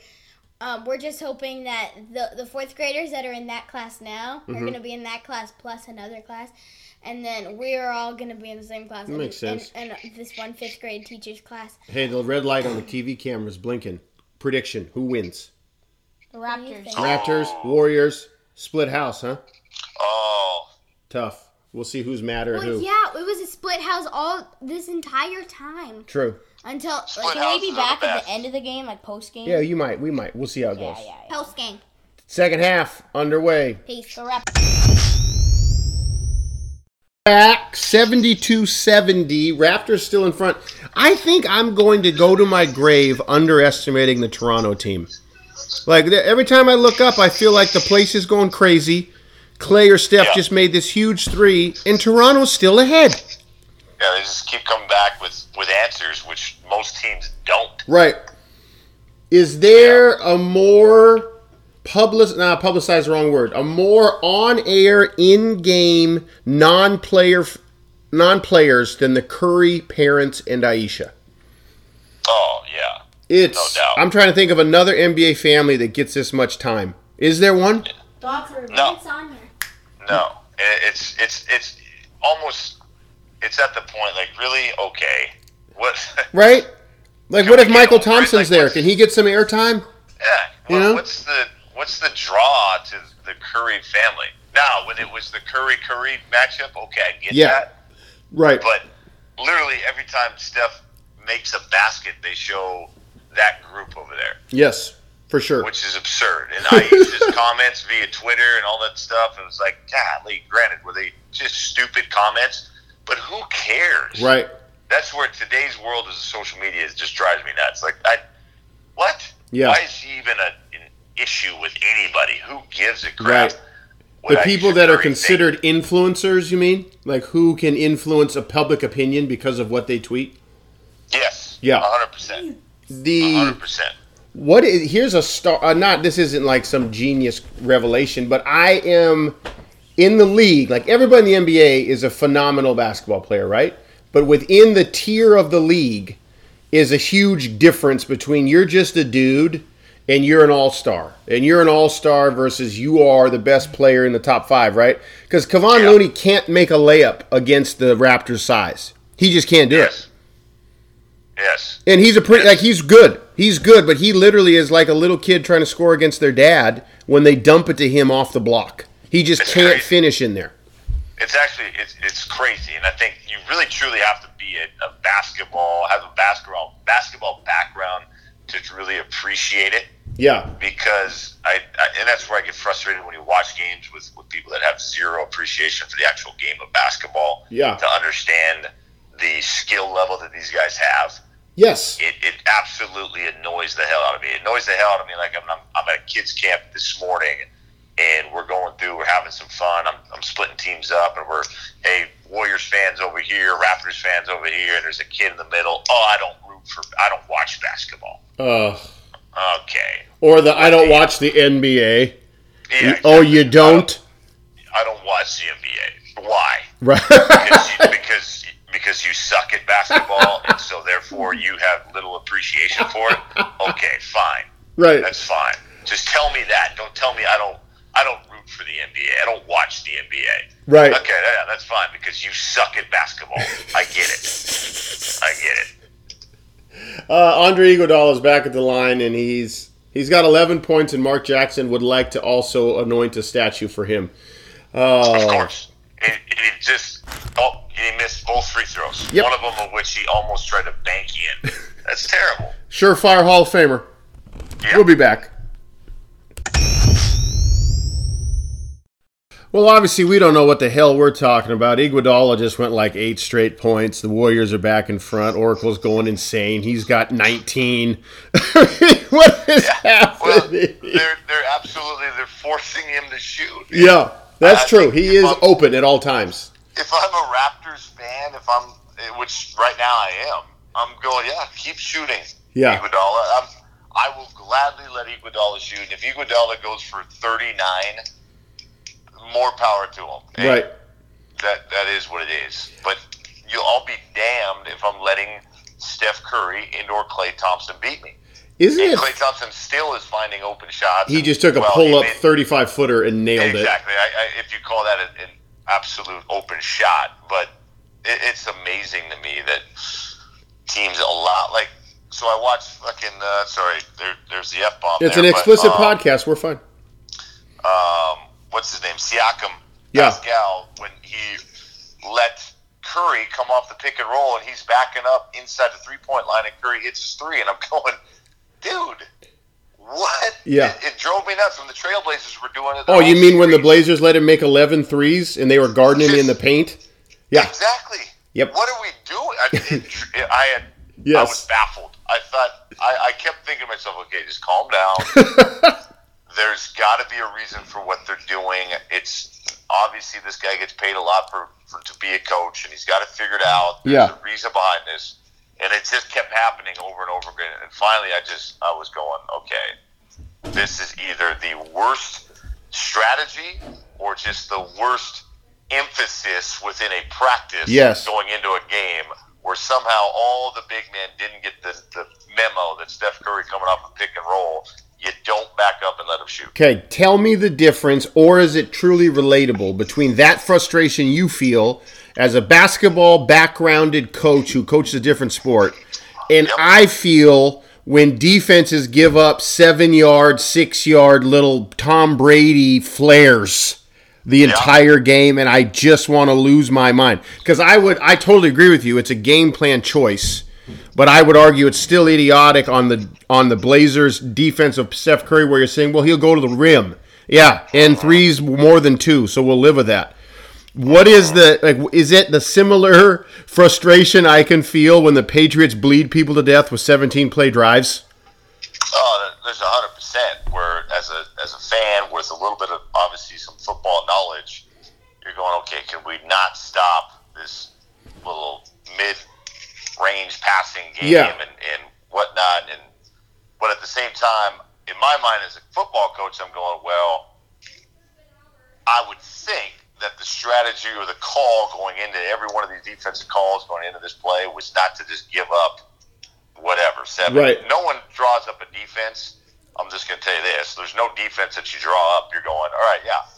Speaker 4: Um, we're just hoping that the the fourth graders that are in that class now are
Speaker 2: Mhm.
Speaker 4: going to be in that class plus another class, and then we are all going to be in the same class.
Speaker 2: That
Speaker 4: and-
Speaker 2: makes sense.
Speaker 4: And, and this one fifth grade teacher's class.
Speaker 2: Hey, the red light on the TV camera is blinking. Prediction: Who wins?
Speaker 5: the Raptors.
Speaker 2: Raptors, Warriors, split house, huh?
Speaker 3: Oh.
Speaker 2: Tough. We'll see who's madder at
Speaker 4: Well,
Speaker 2: who.
Speaker 4: yeah, it was a split house all this entire time
Speaker 2: True.
Speaker 4: until
Speaker 3: Split
Speaker 4: like
Speaker 3: house.
Speaker 5: Maybe
Speaker 3: Those are
Speaker 5: back
Speaker 3: the
Speaker 5: at
Speaker 3: best.
Speaker 5: the end of the game, like post game.
Speaker 2: Yeah, you might. We might. We'll see how it
Speaker 5: yeah,
Speaker 2: goes.
Speaker 5: yeah. yeah.
Speaker 4: house gang.
Speaker 2: Second half underway.
Speaker 4: Peace.
Speaker 5: The Raptors.
Speaker 2: Back 72-70. Raptors still in front. I think I'm going to go to my grave underestimating the Toronto team. Like th- every time I look up, I feel like the place is going crazy. Clay or Steph
Speaker 3: Yeah.
Speaker 2: just made this huge three, and Toronto's still ahead.
Speaker 3: Yeah, they just keep coming back with, with answers, which most teams don't.
Speaker 2: Right. Is there a more public nah publicized the wrong word. A more on air, in game, non player non players than the Curry parents and Aisha.
Speaker 3: Oh, yeah.
Speaker 2: It's
Speaker 3: No doubt.
Speaker 2: I'm trying to think of another NBA family that gets this much time. Is there one?
Speaker 3: No.
Speaker 6: It's on here.
Speaker 3: No. It- It's it's it's almost it's at the point like really okay. What [laughs]
Speaker 2: Right? Like what if
Speaker 3: we get
Speaker 2: Michael
Speaker 3: over it? Like,
Speaker 2: Thompson's there?
Speaker 3: what's-
Speaker 2: Can he get some airtime?
Speaker 3: yeah,
Speaker 2: You
Speaker 3: what-
Speaker 2: know?
Speaker 3: what's the what's the draw to the Curry family? Now, when it was the Curry Curry matchup, okay, I get
Speaker 2: Yeah.
Speaker 3: that.
Speaker 2: Right.
Speaker 3: But literally every time Steph makes a basket, they show that group over there.
Speaker 2: Yes, for sure.
Speaker 3: which is absurd. And I used
Speaker 2: [laughs]
Speaker 3: his comments via Twitter and all that stuff. It was like, golly, granted, were they just stupid comments? But who cares?
Speaker 2: Right.
Speaker 3: That's where today's world is social media is just drives me nuts. Like, I, what?
Speaker 2: Yeah.
Speaker 3: Why is he even a, an issue with anybody? Who gives a crap?
Speaker 2: Right.
Speaker 3: what
Speaker 2: The
Speaker 3: I
Speaker 2: people that are
Speaker 3: think?
Speaker 2: considered influencers, you mean? Like who can influence a public opinion because of what they tweet?
Speaker 3: Yes.
Speaker 2: Yeah.
Speaker 3: 100%.
Speaker 2: The
Speaker 3: 100%.
Speaker 2: what is here's a star uh, not this isn't like some genius revelation, but I am in the league. Like everybody in the NBA is a phenomenal basketball player, right? But within the tier of the league is a huge difference between you're just a dude and you're an all-star. And you're an all-star versus you are the best player in the top 5, right? Cuz Kevon
Speaker 3: Yeah.
Speaker 2: Looney can't make a layup against the Raptors size. He just can't do it
Speaker 3: Yes. Yes.
Speaker 2: and he's a pretty like he's good. He's good, but he literally is like a little kid trying to score against their dad when they dump it to him off the block. He just can't finish in there.
Speaker 3: it's actually it's, it's crazy, and I think you really truly have to be a, a basketball have a basketball basketball background to really appreciate it.
Speaker 2: Yeah.
Speaker 3: Because I, I and that's where I get frustrated when you watch games with, with people that have zero appreciation for the actual game of basketball.
Speaker 2: Yeah.
Speaker 3: To understand the skill level that these guys have,
Speaker 2: Yes.
Speaker 3: it, it absolutely annoys the hell out of me. It annoys the hell out of me. Like I'm, I'm, I'm at a kids camp this morning, and we're going through. We're having some fun. I'm, I'm splitting teams up, and we're hey Warriors fans over here, Raptors fans over here, and there's a kid in the middle. Oh, I don't root for. I don't watch basketball.
Speaker 2: Uh,
Speaker 3: Okay.
Speaker 2: or the I don't watch the NBA.
Speaker 3: Yeah, Uh,
Speaker 2: Oh, you don't?
Speaker 3: I don't watch the NBA. Why?
Speaker 2: Right.
Speaker 3: because
Speaker 2: [laughs]
Speaker 3: you, because because you suck at basketball, and so therefore you have little appreciation for it. Okay, fine,
Speaker 2: right.
Speaker 3: that's fine. Just tell me that. Don't tell me I don't. I don't root for the NBA. I don't watch the NBA.
Speaker 2: Right.
Speaker 3: Okay, yeah, that's fine because you suck at basketball. I get it. I get it.
Speaker 2: Uh, Andre Iguodala is back at the line, and he's he's got 11 points, and Mark Jackson would like to also anoint a statue for him.
Speaker 3: Of
Speaker 2: Uh,
Speaker 3: course. It, it just oh he missed both free throws.
Speaker 2: Yep.
Speaker 3: One of them of which he almost tried to bank in. That's terrible.
Speaker 2: surefire Hall of Famer.
Speaker 3: Yeah.
Speaker 2: We'll be back. Well, obviously, we don't know what the hell we're talking about. Iguodala just went like eight straight points. The Warriors are back in front. Oracle's going insane. He's got 19. [laughs] what is [laughs]
Speaker 3: Well,
Speaker 2: happening?
Speaker 3: they're they're absolutely they're forcing him to shoot.
Speaker 2: yeah, that's
Speaker 3: I
Speaker 2: true.
Speaker 3: think
Speaker 2: He is
Speaker 3: if I'm-
Speaker 2: open at all times.
Speaker 3: If I'm a Raptors fan, if I'm eh, which right now I am, I'm going yeah, keep shooting.
Speaker 2: Yeah.
Speaker 3: Iguodala. I'm, I will gladly let Iguodala shoot. If Iguodala goes for 39, more power to him. Hey,
Speaker 2: Right.
Speaker 3: that that is what it is. But you'll all be damned if I'm letting Steph Curry and or Clay Thompson beat me.
Speaker 2: Isn't
Speaker 3: And
Speaker 2: it?
Speaker 3: Clay Thompson still is finding open shots.
Speaker 2: He just took a
Speaker 3: Well, he
Speaker 2: pull up
Speaker 3: made-
Speaker 2: 35 footer and nailed it.
Speaker 3: Exactly. I, I, if you call that an, an absolute open shot, but it, it's amazing to me that teams a lot like. So I watched fucking. Uh, sorry, there, there's the f bomb.
Speaker 2: It's
Speaker 3: there,
Speaker 2: an
Speaker 3: but,
Speaker 2: explicit
Speaker 3: um,
Speaker 2: podcast. We're fine.
Speaker 3: um, what's his name, Siakam,
Speaker 2: Yeah.
Speaker 3: Pascal, when he let Curry come off the pick and roll, and he's backing up inside the three point line, and Curry hits his three, and I'm [laughs] going, dude, what?
Speaker 2: Yeah.
Speaker 3: it, it drove me nuts when the Trailblazers were doing it.
Speaker 2: Oh, you mean when the Blazers
Speaker 3: Blazers?
Speaker 2: let him make 11 threes and they were guarding him in the paint? Yeah.
Speaker 3: Exactly.
Speaker 2: Yep.
Speaker 3: What are we doing? I, mean, it, I
Speaker 2: [laughs]
Speaker 3: had. I
Speaker 2: Yes.
Speaker 3: was baffled. I thought I, I kept thinking to myself, okay, just calm down.
Speaker 2: [laughs]
Speaker 3: There's got to be a reason for what they're doing. It's obviously this guy gets paid a lot for, for to be a coach, and he's got it figured out. There's
Speaker 2: Yeah.
Speaker 3: a reason behind this, and it just kept happening over and over again. And finally, I just I was going, okay, this is either the worst strategy or just the worst emphasis within a practice
Speaker 2: Yes.
Speaker 3: going into a game where somehow all the big men didn't get the, the memo that Steph Curry coming off a pick and roll, you don't back up and let him shoot.
Speaker 2: Okay, tell me the difference, or is it truly relatable between that frustration you feel as a basketball backgrounded coach who coaches a different sport, and I feel when defenses give up seven yard, six yard little Tom Brady flares the entire game, and I just want to lose my mind. Because I would, I totally agree with you, it's a game plan choice. But I would argue it's still idiotic on the on the Blazers' defense of Steph Curry, where you're saying, well, he'll go to the rim. Yeah, and threes more than two, so we'll live with that. What is the like? Is it the similar frustration I can feel when the Patriots bleed people to death with 17 play drives?
Speaker 3: Oh, there's a hundred percent. Where as a as a fan with a little bit of obviously some football knowledge, you're going, okay, can we not stop this little mid range passing game
Speaker 2: Yeah.
Speaker 3: and, and whatnot? And but at the same time, in my mind as a football coach, I'm going, well, I would think that the strategy or the call going into every one of these defensive calls going into this play was not to just give up whatever seven.
Speaker 2: Right.
Speaker 3: No one draws up a defense. I'm just going to tell you this: there's no defense that you draw up. You're going, all right, yeah,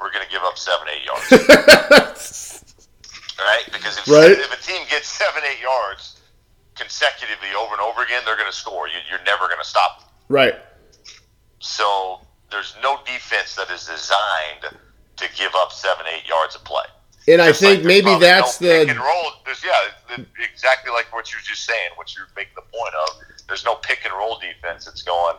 Speaker 3: we're going to give up seven, eight
Speaker 2: [laughs]
Speaker 3: yards. right? Because if,
Speaker 2: Right.
Speaker 3: if a team gets seven, eight yards consecutively over and over again, they're going to score. You, you're never going to stop them.
Speaker 2: Right.
Speaker 3: So there's no defense that is designed to give up seven, eight yards of play.
Speaker 2: And I
Speaker 3: Just like
Speaker 2: think
Speaker 3: there's
Speaker 2: maybe
Speaker 3: probably
Speaker 2: that's
Speaker 3: no pick
Speaker 2: the
Speaker 3: and roll. There's yeah, the- exactly like what you were just saying, what you're making the point of. There's no pick and roll defense that's going.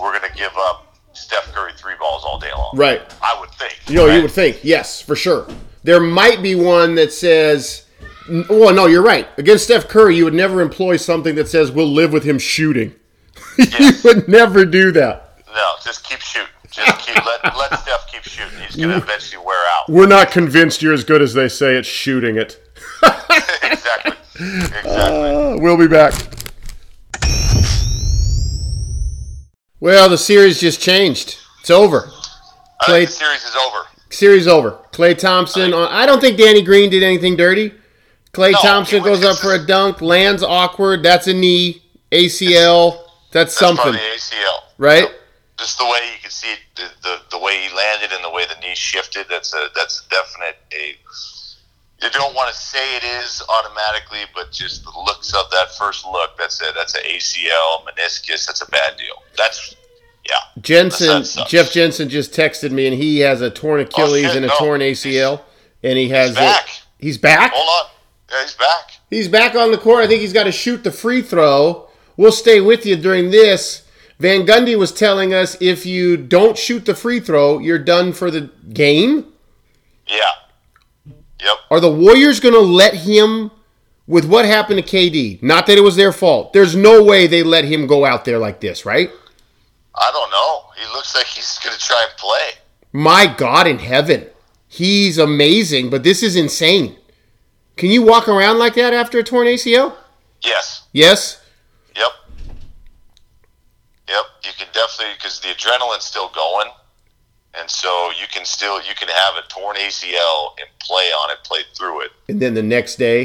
Speaker 3: We're going to give up Steph Curry three balls all day long.
Speaker 2: Right.
Speaker 3: I would think.
Speaker 2: You know,
Speaker 3: right?
Speaker 2: you would think, yes, for sure. There might be one that says, n- well, no, you're right. Against Steph Curry, you would never employ something that says, we'll live with him shooting. [laughs] you
Speaker 3: Yes.
Speaker 2: would never do that.
Speaker 3: No, just keep shooting. Just keep let let Steph keep shooting. He's going to eventually wear out. [laughs]
Speaker 2: We're not convinced you're as good as they say at shooting it. [laughs]
Speaker 3: exactly. Exactly.
Speaker 2: Uh, we'll be back. Well, the series just changed. It's over.
Speaker 3: I
Speaker 2: Clay-
Speaker 3: think the series is over.
Speaker 2: Series over. Clay Thompson on. I don't think Danny Green did anything dirty. Clay
Speaker 3: No,
Speaker 2: Thompson
Speaker 3: it was
Speaker 2: goes up for a dunk, lands awkward. That's a knee, ACL. That's
Speaker 3: That's
Speaker 2: something,
Speaker 3: probably ACL.
Speaker 2: right?
Speaker 3: Just the way you can see it, the, the the way he landed and the way the knee shifted. That's a that's a definite a. You don't want to say it is automatically, but just the looks of that first look. That's it. That's an ACL meniscus. That's a bad deal. That's yeah.
Speaker 2: Jensen,
Speaker 3: That sucks.
Speaker 2: Jeff Jensen just texted me, and he has a torn Achilles
Speaker 3: Oh, shit,
Speaker 2: and a
Speaker 3: no.
Speaker 2: torn ACL, and he has
Speaker 3: He's back. Oh.
Speaker 2: A, he's back.
Speaker 3: Hold on. Yeah, he's back.
Speaker 2: He's back on the court. I think he's got to shoot the free throw. We'll stay with you during this. Van Gundy was telling us if you don't shoot the free throw, you're done for the game.
Speaker 3: Yeah. Yep.
Speaker 2: Are the Warriors going to let him with what happened to KD? Not that it was their fault. There's no way they let him go out there like this, right?
Speaker 3: I don't know. He looks like he's gonna try and play.
Speaker 2: My God in heaven. He's amazing, but this is insane. Can you walk around like that after a torn ACL?
Speaker 3: Yes.
Speaker 2: Yes.
Speaker 3: Yep. Yep. You can definitely because the adrenaline's still going, and so you can still you can have a torn ACL and play on it, play through it,
Speaker 2: And then the next day,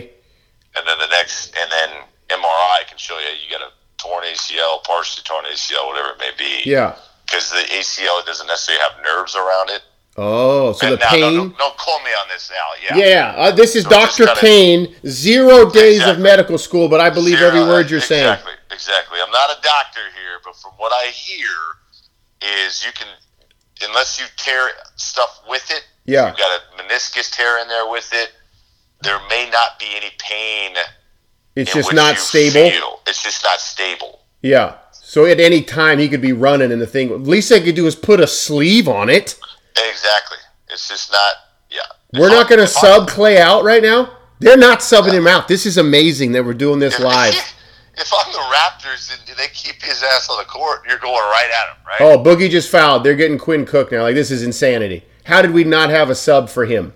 Speaker 3: and then the next and then MRI can show you you got a torn ACL, partially torn ACL, whatever it may be.
Speaker 2: yeah.
Speaker 3: Because the ACL doesn't necessarily have nerves around it.
Speaker 2: Oh, so
Speaker 3: And
Speaker 2: the
Speaker 3: now,
Speaker 2: pain.
Speaker 3: Don't, don't call me on this now. Yeah.
Speaker 2: Yeah, uh, this is
Speaker 3: So just
Speaker 2: Dr.
Speaker 3: gotta-
Speaker 2: Kane, zero days of
Speaker 3: Exactly.
Speaker 2: medical school, but I believe every
Speaker 3: Sarah,
Speaker 2: word you're saying.
Speaker 3: Exactly, exactly. I'm not a doctor here, but from what I hear, is you can, unless you tear stuff with it,
Speaker 2: Yeah.
Speaker 3: you've got a meniscus tear in there with it. There may not be any pain.
Speaker 2: It's
Speaker 3: in
Speaker 2: just
Speaker 3: which
Speaker 2: not
Speaker 3: you
Speaker 2: stable.
Speaker 3: feel. It's just not stable.
Speaker 2: Yeah. So at any time he could be running and the thing least they could do is put a sleeve on it.
Speaker 3: Exactly. It's just not. Yeah.
Speaker 2: We're not gonna sub Clay out right now. They're not subbing him out. This is amazing that we're doing this live.
Speaker 3: [laughs] If I'm the Raptors and they keep his ass on the court, you're going right at him, right?
Speaker 2: Oh, Boogie just fouled. They're getting Quinn Cook now. Like this is insanity. How did we not have a sub for him?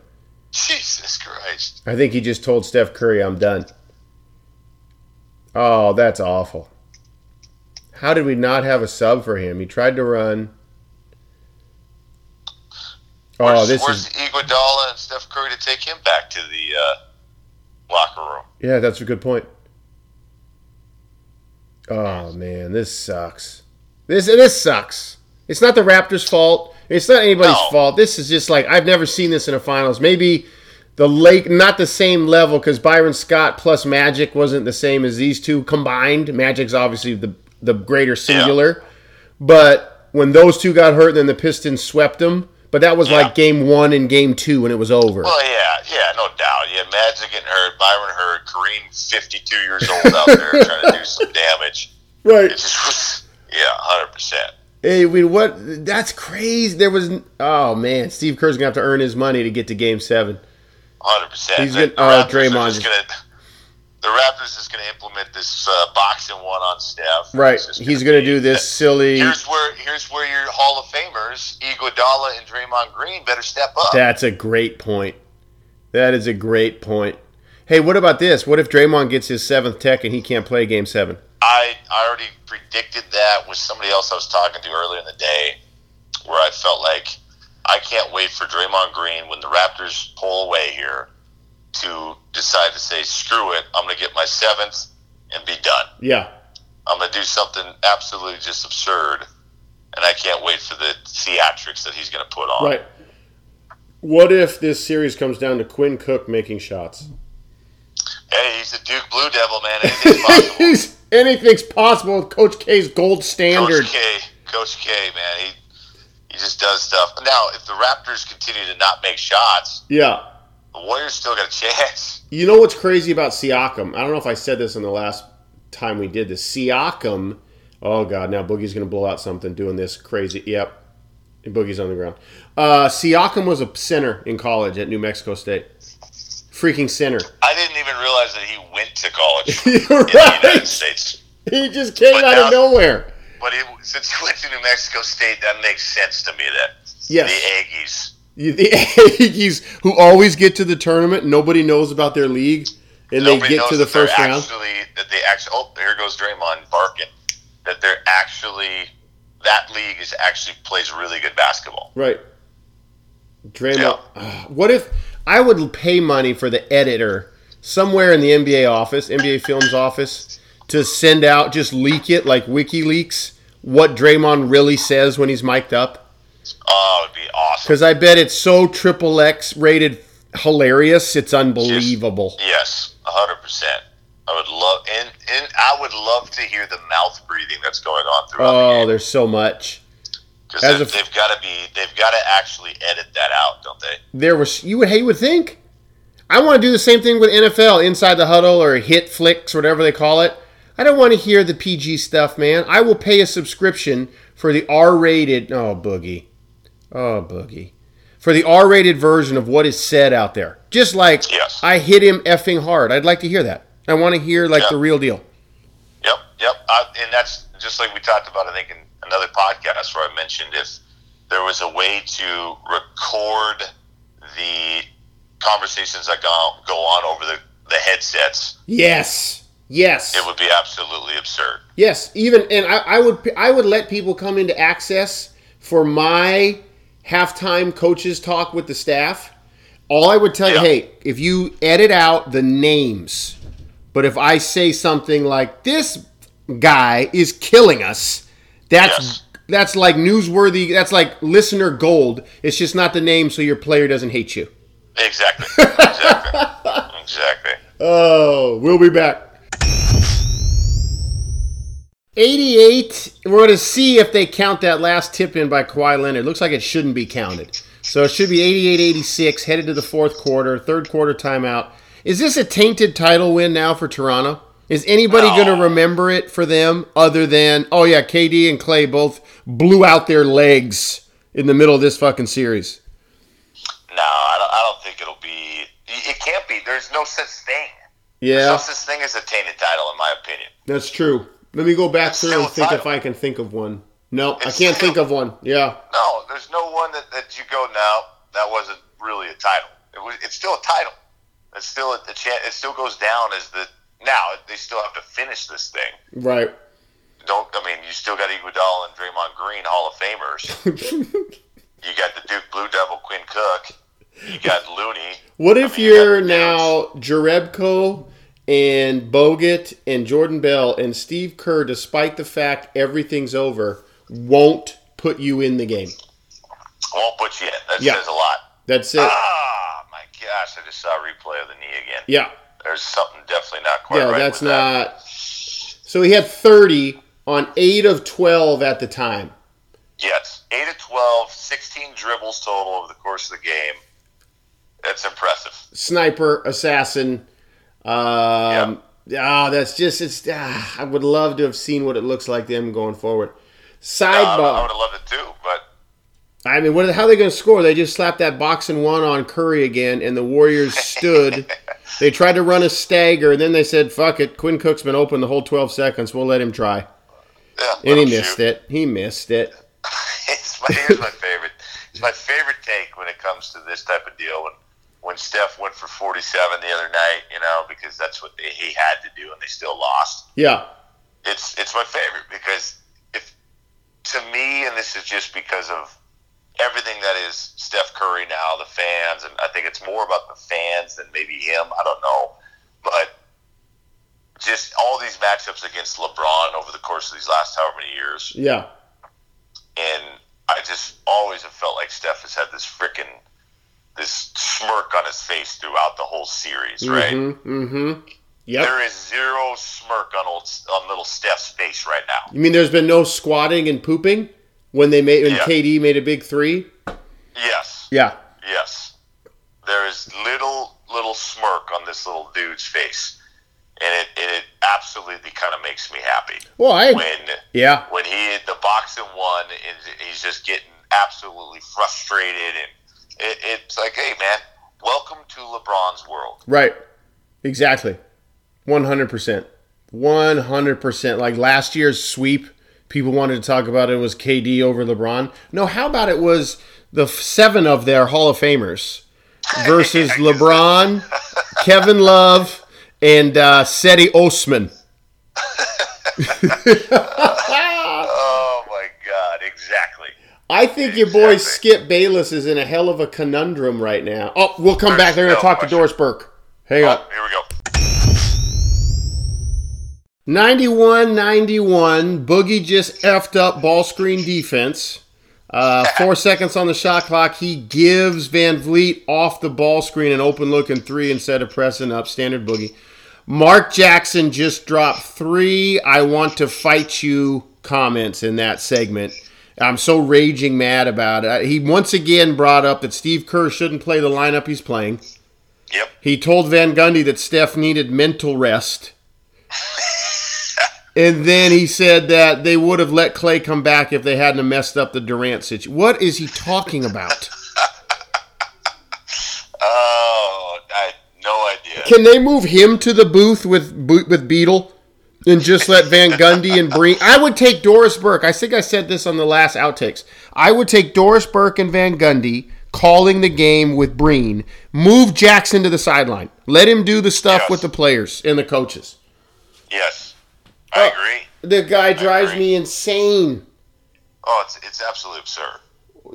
Speaker 3: Jesus Christ.
Speaker 2: I think he just told Steph Curry, "I'm done." Oh, that's awful. How did we not have a sub for him? He tried to run. Oh,
Speaker 3: where's,
Speaker 2: this
Speaker 3: where's
Speaker 2: is
Speaker 3: Iguodala and Steph Curry to take him back to the uh, locker room?
Speaker 2: yeah. That's a good point. Oh man, this sucks. This this sucks. It's not the Raptors' fault. It's not anybody's
Speaker 3: No.
Speaker 2: fault. This is just like I've never seen this in a finals. Maybe the lake not the same level because Byron Scott plus Magic wasn't the same as these two combined. Magic's obviously the the greater singular, but when those two got hurt, then the Pistons swept them. But that was like game one and game two when it was over.
Speaker 3: Well, yeah, yeah, no doubt. Yeah, Magic getting hurt, Byron hurt, Kareem, fifty-two years old out there
Speaker 2: [laughs]
Speaker 3: trying to do some damage.
Speaker 2: right.
Speaker 3: It just was, yeah, hundred percent.
Speaker 2: Hey, we what? That's crazy. There was oh man, Steve Kerr's gonna have to earn his money to get to game seven.
Speaker 3: Hundred percent.
Speaker 2: He's gonna- oh, Draymond
Speaker 3: is
Speaker 2: is-
Speaker 3: gonna. The Raptors is going to implement this uh, boxing one on Steph.
Speaker 2: Right.
Speaker 3: It's just
Speaker 2: He's gonna
Speaker 3: be-
Speaker 2: do this silly.
Speaker 3: Here's where here's where your Hall of Famers, Iguodala and Draymond Green, better step up.
Speaker 2: That's a great point. That is a great point. Hey, what about this? What if Draymond gets his seventh tech and he can't play game seven?
Speaker 3: I, I already predicted that with somebody else I was talking to earlier in the day, where I felt like I can't wait for Draymond Green when the Raptors pull away here to decide to say, screw it, I'm going to get my seventh and be done.
Speaker 2: Yeah.
Speaker 3: I'm going to do something absolutely just absurd, and I can't wait for the theatrics that he's going to put on.
Speaker 2: Right. What if this series comes down to Quinn Cook making shots?
Speaker 3: Hey, he's a Duke Blue Devil, man. Anything's possible.
Speaker 2: Anything's possible with Coach K's gold [laughs] standard.
Speaker 3: Coach K, Coach K, man, he he just does stuff. Now, if the Raptors continue to not make shots,
Speaker 2: Yeah.
Speaker 3: the Warriors still got a chance.
Speaker 2: You know what's crazy about Siakam? I don't know if I said this in the last time we did this. Siakam, oh god, now Boogie's gonna blow out something doing this crazy. Yep, and Boogie's on the ground. Uh, Siakam was a center in college at New Mexico State. Freaking center. [laughs]
Speaker 3: I didn't even realize that he went to college in
Speaker 2: You're
Speaker 3: the United
Speaker 2: right.
Speaker 3: States.
Speaker 2: He just came
Speaker 3: But
Speaker 2: out of
Speaker 3: now-
Speaker 2: nowhere.
Speaker 3: But he, since he went to New Mexico State, that makes sense to me. That
Speaker 2: Yes.
Speaker 3: the Aggies.
Speaker 2: You- The [laughs] Aggies, who always get to the tournament, nobody knows about their league, and
Speaker 3: Nobody
Speaker 2: they get
Speaker 3: knows
Speaker 2: to the
Speaker 3: that they're
Speaker 2: first round.
Speaker 3: Actually, that they actually. Oh, here goes Draymond barking. That they're actually that league is actually plays really good basketball.
Speaker 2: Right. Draymond. Ugh, What if I would pay money for the editor somewhere in the NBA office, NBA Films office, to send out just leak it like WikiLeaks what Draymond really says when he's mic'd up?
Speaker 3: Oh, it would be awesome.
Speaker 2: Because I bet it's so triple X rated hilarious, it's unbelievable.
Speaker 3: Yes, hundred percent. I would love, and and I would love to hear the mouth breathing that's going on throughout
Speaker 2: Oh,
Speaker 3: the game
Speaker 2: there's so much.
Speaker 3: because
Speaker 2: as
Speaker 3: they've,
Speaker 2: a-
Speaker 3: they've got to be, they've got to actually edit that out, don't they?
Speaker 2: There was you would hey you would think. I want to do the same thing with NFL inside the huddle or hit flicks, whatever they call it. I don't want to hear the PG stuff, man. I will pay a subscription for the R-rated. Oh boogie, oh boogie, for the R-rated version of what is said out there. Just like
Speaker 3: Yes.
Speaker 2: I hit him effing hard. I'd like to hear that. I want to hear like
Speaker 3: Yeah.
Speaker 2: the real deal.
Speaker 3: Yep, yep. I, and that's just like we talked about, I think, in another podcast where I mentioned if there was a way to record the conversations that go, go on over the, the headsets,
Speaker 2: Yes, yes.
Speaker 3: it would be absolutely absurd.
Speaker 2: Yes, even and I, I would I would let people come into access for my halftime coaches talk with the staff. All I would tell you,
Speaker 3: Yeah.
Speaker 2: hey, if you edit out the names, but if I say something like this guy is killing us, that's
Speaker 3: Yes.
Speaker 2: that's like newsworthy, that's like listener gold. It's just not the name so your player doesn't hate you.
Speaker 3: Exactly. Exactly. exactly.
Speaker 2: Oh, we'll be back. 88. We're going to see if they count that last tip in by Kawhi Leonard. Looks like it shouldn't be counted. So it should be 88 86, headed to the fourth quarter, third quarter timeout. Is this a tainted title win now for Toronto? Is anybody
Speaker 3: No.
Speaker 2: going to remember it for them other than, oh, yeah, KD and Clay both blew out their legs in the middle of this fucking series?
Speaker 3: No, I don't, I don't think it'll be. It it can't be. There's no such thing. There's no
Speaker 2: Yeah,
Speaker 3: such thing as a tainted title, in my opinion.
Speaker 2: that's true. Let me go back through
Speaker 3: still
Speaker 2: and
Speaker 3: a
Speaker 2: think if
Speaker 3: title.
Speaker 2: I can think of one. No, I
Speaker 3: It's
Speaker 2: can't
Speaker 3: still-
Speaker 2: think of one. Yeah.
Speaker 3: No, there's no one that, that you go now. That wasn't really a title. It was. It's still a title. It's still a, a chan- It still goes down as the now. They still have to finish this thing.
Speaker 2: Right.
Speaker 3: Don't. I mean, you still got Iguodala and Draymond Green Hall of Famers.
Speaker 2: [laughs]
Speaker 3: you got the Duke Blue Devil Quinn Cook. You got Looney.
Speaker 2: What if
Speaker 3: mean, you got
Speaker 2: you're
Speaker 3: the
Speaker 2: now Jarebko and Bogut and Jordan Bell and Steve Kerr, despite the fact everything's over, won't put you in the game?
Speaker 3: Won't put you in. That
Speaker 2: Yeah.
Speaker 3: says a lot.
Speaker 2: That's it.
Speaker 3: Ah, my gosh! I just saw a replay of the knee again.
Speaker 2: Yeah.
Speaker 3: There's something definitely not quite
Speaker 2: Yeah,
Speaker 3: right.
Speaker 2: that's
Speaker 3: with that.
Speaker 2: not. So he had 30 on 8 of 12 at the time.
Speaker 3: Yes, 8 of 12, 16 dribbles total over the course of the game. That's impressive.
Speaker 2: Sniper, assassin. Um, Ah, that's just. it's. Ah, I would love to have seen what it looks like them going forward.
Speaker 3: I,
Speaker 2: Sidebar.
Speaker 3: would have loved it too, but
Speaker 2: I mean, what, how are they going to score? They just slapped that box and one on Curry again, and the Warriors
Speaker 3: [laughs]
Speaker 2: stood. they tried to run a stagger, and then they said, fuck it. Quinn Cook's been open the whole 12 seconds. We'll let him try.
Speaker 3: yeah.
Speaker 2: And he missed it. He missed it.
Speaker 3: [laughs] It's my, here's my favorite. It's my favorite take when it comes to this type of deal. When when Steph went for 47 the other night, you know, because that's what they, he had to do, and they still lost.
Speaker 2: Yeah.
Speaker 3: it's it's my favorite because if to me, and this is just because of everything that is Steph Curry now, the fans, and I think it's more about the fans than maybe him. I don't know, but just all these matchups against LeBron over the course of these last however many years,
Speaker 2: Yeah.
Speaker 3: and I just always have felt like Steph has had this freaking this smirk on his face throughout the whole series, right?
Speaker 2: Mm hmm. Yep.
Speaker 3: There is zero smirk on old on little Steph's face right now.
Speaker 2: You mean there's been no squatting and pooping when they made when
Speaker 3: Yeah.
Speaker 2: KD made a big three?
Speaker 3: Yes,
Speaker 2: Yeah.
Speaker 3: yes. There is little little smirk on this little dude's face, and it and it absolutely kind of makes me happy
Speaker 2: Well, I.
Speaker 3: when
Speaker 2: Yeah.
Speaker 3: when he hit the box and one, and he's just getting absolutely frustrated, and it, it's like, hey man, welcome to LeBron's world.
Speaker 2: Right. Exactly. 100%. 100%. Like last year's sweep, people wanted to talk about it was KD over LeBron. No, how about it was the f- seven of their Hall of
Speaker 3: [laughs]
Speaker 2: Famers versus LeBron, Kevin Love, and uh, Seti Osman.
Speaker 3: Oh my God, exactly.
Speaker 2: I think your boy
Speaker 3: Exactly.
Speaker 2: Skip Bayless is in a hell of a conundrum right now. Oh, we'll come back. They're going to
Speaker 3: No
Speaker 2: talk to
Speaker 3: question.
Speaker 2: Doris Burke. Hang on.
Speaker 3: Oh, Here we go.
Speaker 2: 91 91. Boogie just effed up ball screen defense. Uh, four seconds on the shot clock. He gives Van Vliet off the ball screen an open look and three instead of pressing up. Standard Boogie. Mark Jackson just dropped three I want to fight you comments in that segment. I'm so raging mad about it. He once again brought up that Steve Kerr shouldn't play the lineup he's playing.
Speaker 3: Yep.
Speaker 2: He told Van Gundy that Steph needed mental rest. and then he said that they would have let Clay come back if they hadn't have messed up the Durant situation. What is he talking about?
Speaker 3: Oh, I had no idea.
Speaker 2: Can they move him to the booth with Bo- with Beetle and just let Van Gundy and Breen? I would take Doris Burke. I think I said this on the last outtakes. I would take Doris Burke and Van Gundy calling the game with Breen. Move Jackson to the sideline. Let him do the stuff
Speaker 3: Yes.
Speaker 2: with the players and the coaches.
Speaker 3: Yes, I agree.
Speaker 2: The guy drives
Speaker 3: agree.
Speaker 2: me insane.
Speaker 3: Oh, it's it's absolutely absurd.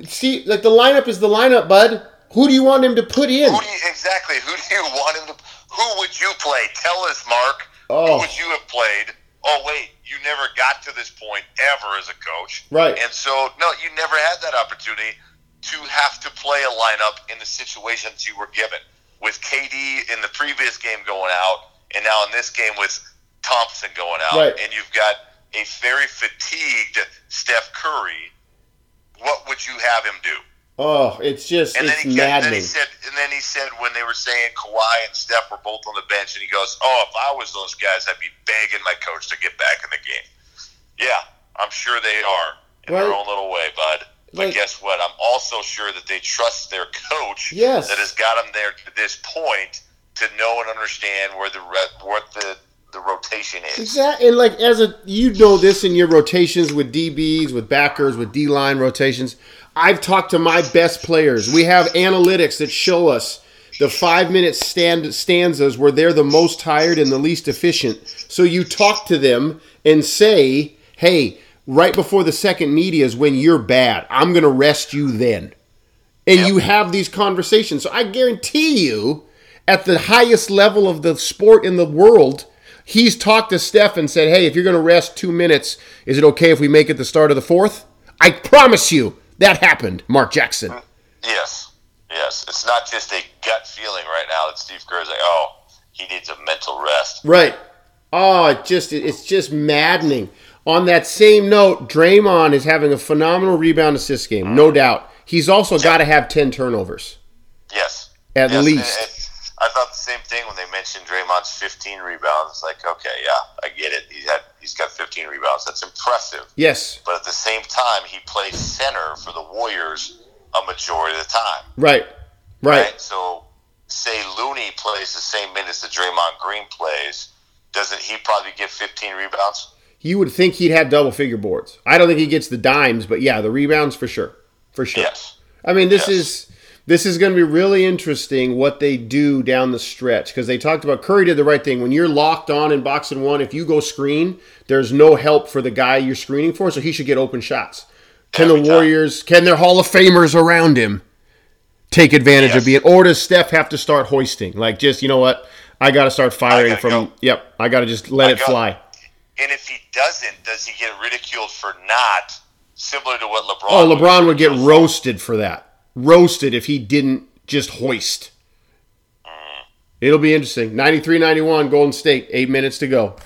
Speaker 2: See, like the lineup is the lineup, bud. Who do you want him to put in?
Speaker 3: Who do you exactly? Who do you want him to? Who would you play? Tell us, Mark.
Speaker 2: Oh.
Speaker 3: Who would you have played? Oh wait, you never got to this point ever as a coach,
Speaker 2: Right.
Speaker 3: And so no, you never had that opportunity to have to play a lineup in the situations you were given with KD in the previous game going out, and now in this game with Thompson going out,
Speaker 2: Right.
Speaker 3: and you've got a very fatigued Steph Curry. What would you have him do?
Speaker 2: oh, it's just
Speaker 3: And then
Speaker 2: it's
Speaker 3: he, kept, then he
Speaker 2: maddening.
Speaker 3: said, and then he said when they were saying Kawhi and Steph were both on the bench, and he goes, "Oh, if I was those guys, I'd be begging my coach to get back in the game." Yeah, I'm sure they are in their
Speaker 2: Right.
Speaker 3: own little way, bud. But
Speaker 2: Like-
Speaker 3: guess what? I'm also sure that they trust their coach
Speaker 2: Yes.
Speaker 3: that has got them there to this point to know and understand where the re- what the the rotation is.
Speaker 2: Exactly. And like as a you know this in your rotations with DBs, with backers, with D line rotations. I've talked to my best players. We have analytics that show us the five minute stand stanzas where they're the most tired and the least efficient. So you talk to them and say, Hey, right before the second media is when you're bad. I'm gonna rest you then. and you have these conversations. So I guarantee you, at the highest level of the sport in the world, he's talked to Steph and said, "Hey, if you're going to rest two minutes, is it okay if we make it the start of the fourth? I promise you that happened, Mark Jackson.
Speaker 3: Yes, yes, it's not just a gut feeling right now that Steve Kerr is like, "Oh, he needs a mental rest."
Speaker 2: Right? Oh, it just it- it's just maddening. On that same note, Draymond is having a phenomenal rebound assist game, no doubt. He's also got to have ten turnovers.
Speaker 3: Yes.
Speaker 2: At
Speaker 3: Yes,
Speaker 2: least.
Speaker 3: and it- I thought the same thing when they mentioned Draymond's 15 rebounds. It's like, okay, yeah, I get it. He had he's got 15 rebounds. That's impressive.
Speaker 2: Yes,
Speaker 3: But at the same time, he plays center for the Warriors a majority of the time.
Speaker 2: right, right.
Speaker 3: Right? So, say Looney plays the same minutes that Draymond Green plays, doesn't he probably get 15 rebounds?
Speaker 2: you would think he'd have double figure boards. I don't think he gets the dimes, but yeah, the rebounds for sure, for sure.
Speaker 3: Yes.
Speaker 2: I mean, this
Speaker 3: Yes.
Speaker 2: is this is going to be really interesting what they do down the stretch because they talked about Curry did the right thing when you're locked on in boxing one. If you go screen, there's no help for the guy you're screening for, so he should get open shots. Can
Speaker 3: Every
Speaker 2: the
Speaker 3: time.
Speaker 2: Warriors? Can their Hall of Famers around him take advantage of being?
Speaker 3: Yes.
Speaker 2: Or does Steph have to start hoisting? Like, just you know what? I got to start firing
Speaker 3: gotta
Speaker 2: from.
Speaker 3: go.
Speaker 2: Yep, I got to just let
Speaker 3: I
Speaker 2: it
Speaker 3: go.
Speaker 2: fly.
Speaker 3: And if he doesn't, does he get ridiculed for not, similar to what LeBron
Speaker 2: Oh, LeBron would get
Speaker 3: ridiculed for?
Speaker 2: roasted for that. Roasted if he didn't just hoist. It'll be interesting. 93 91, Golden State, eight minutes to go.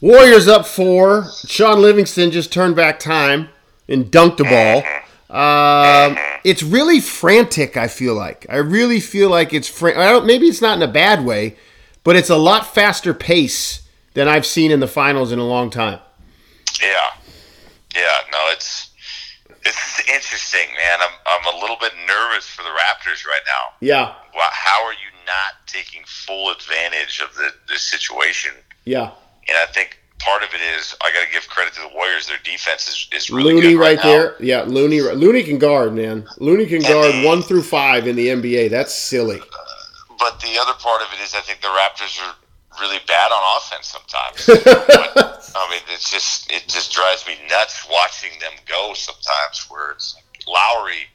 Speaker 2: Warriors up four. Sean Livingston just turned back time and dunked a ball. Um, it's really frantic. I feel like I really feel like it's fran- I don't, maybe it's not in a bad way, but it's a lot faster pace than I've seen in the finals in a long time.
Speaker 3: Yeah, yeah. No, it's it's interesting, man. I'm I'm a little bit nervous for the Raptors right now.
Speaker 2: Yeah,
Speaker 3: Why- How are you not taking full advantage of the the situation?
Speaker 2: yeah.
Speaker 3: And I think part of it is I got to give credit to the Warriors. Their defense is, is really
Speaker 2: Looney
Speaker 3: good
Speaker 2: right,
Speaker 3: right, now.
Speaker 2: there. Yeah, Looney. Looney can guard, man. Looney can guard one through five in the NBA. That's silly.
Speaker 3: But the other part of it is I think the Raptors are really bad on offense sometimes.
Speaker 2: [laughs]
Speaker 3: But, I mean, it's just it just drives me nuts watching them go sometimes. Where it's like, Lowry,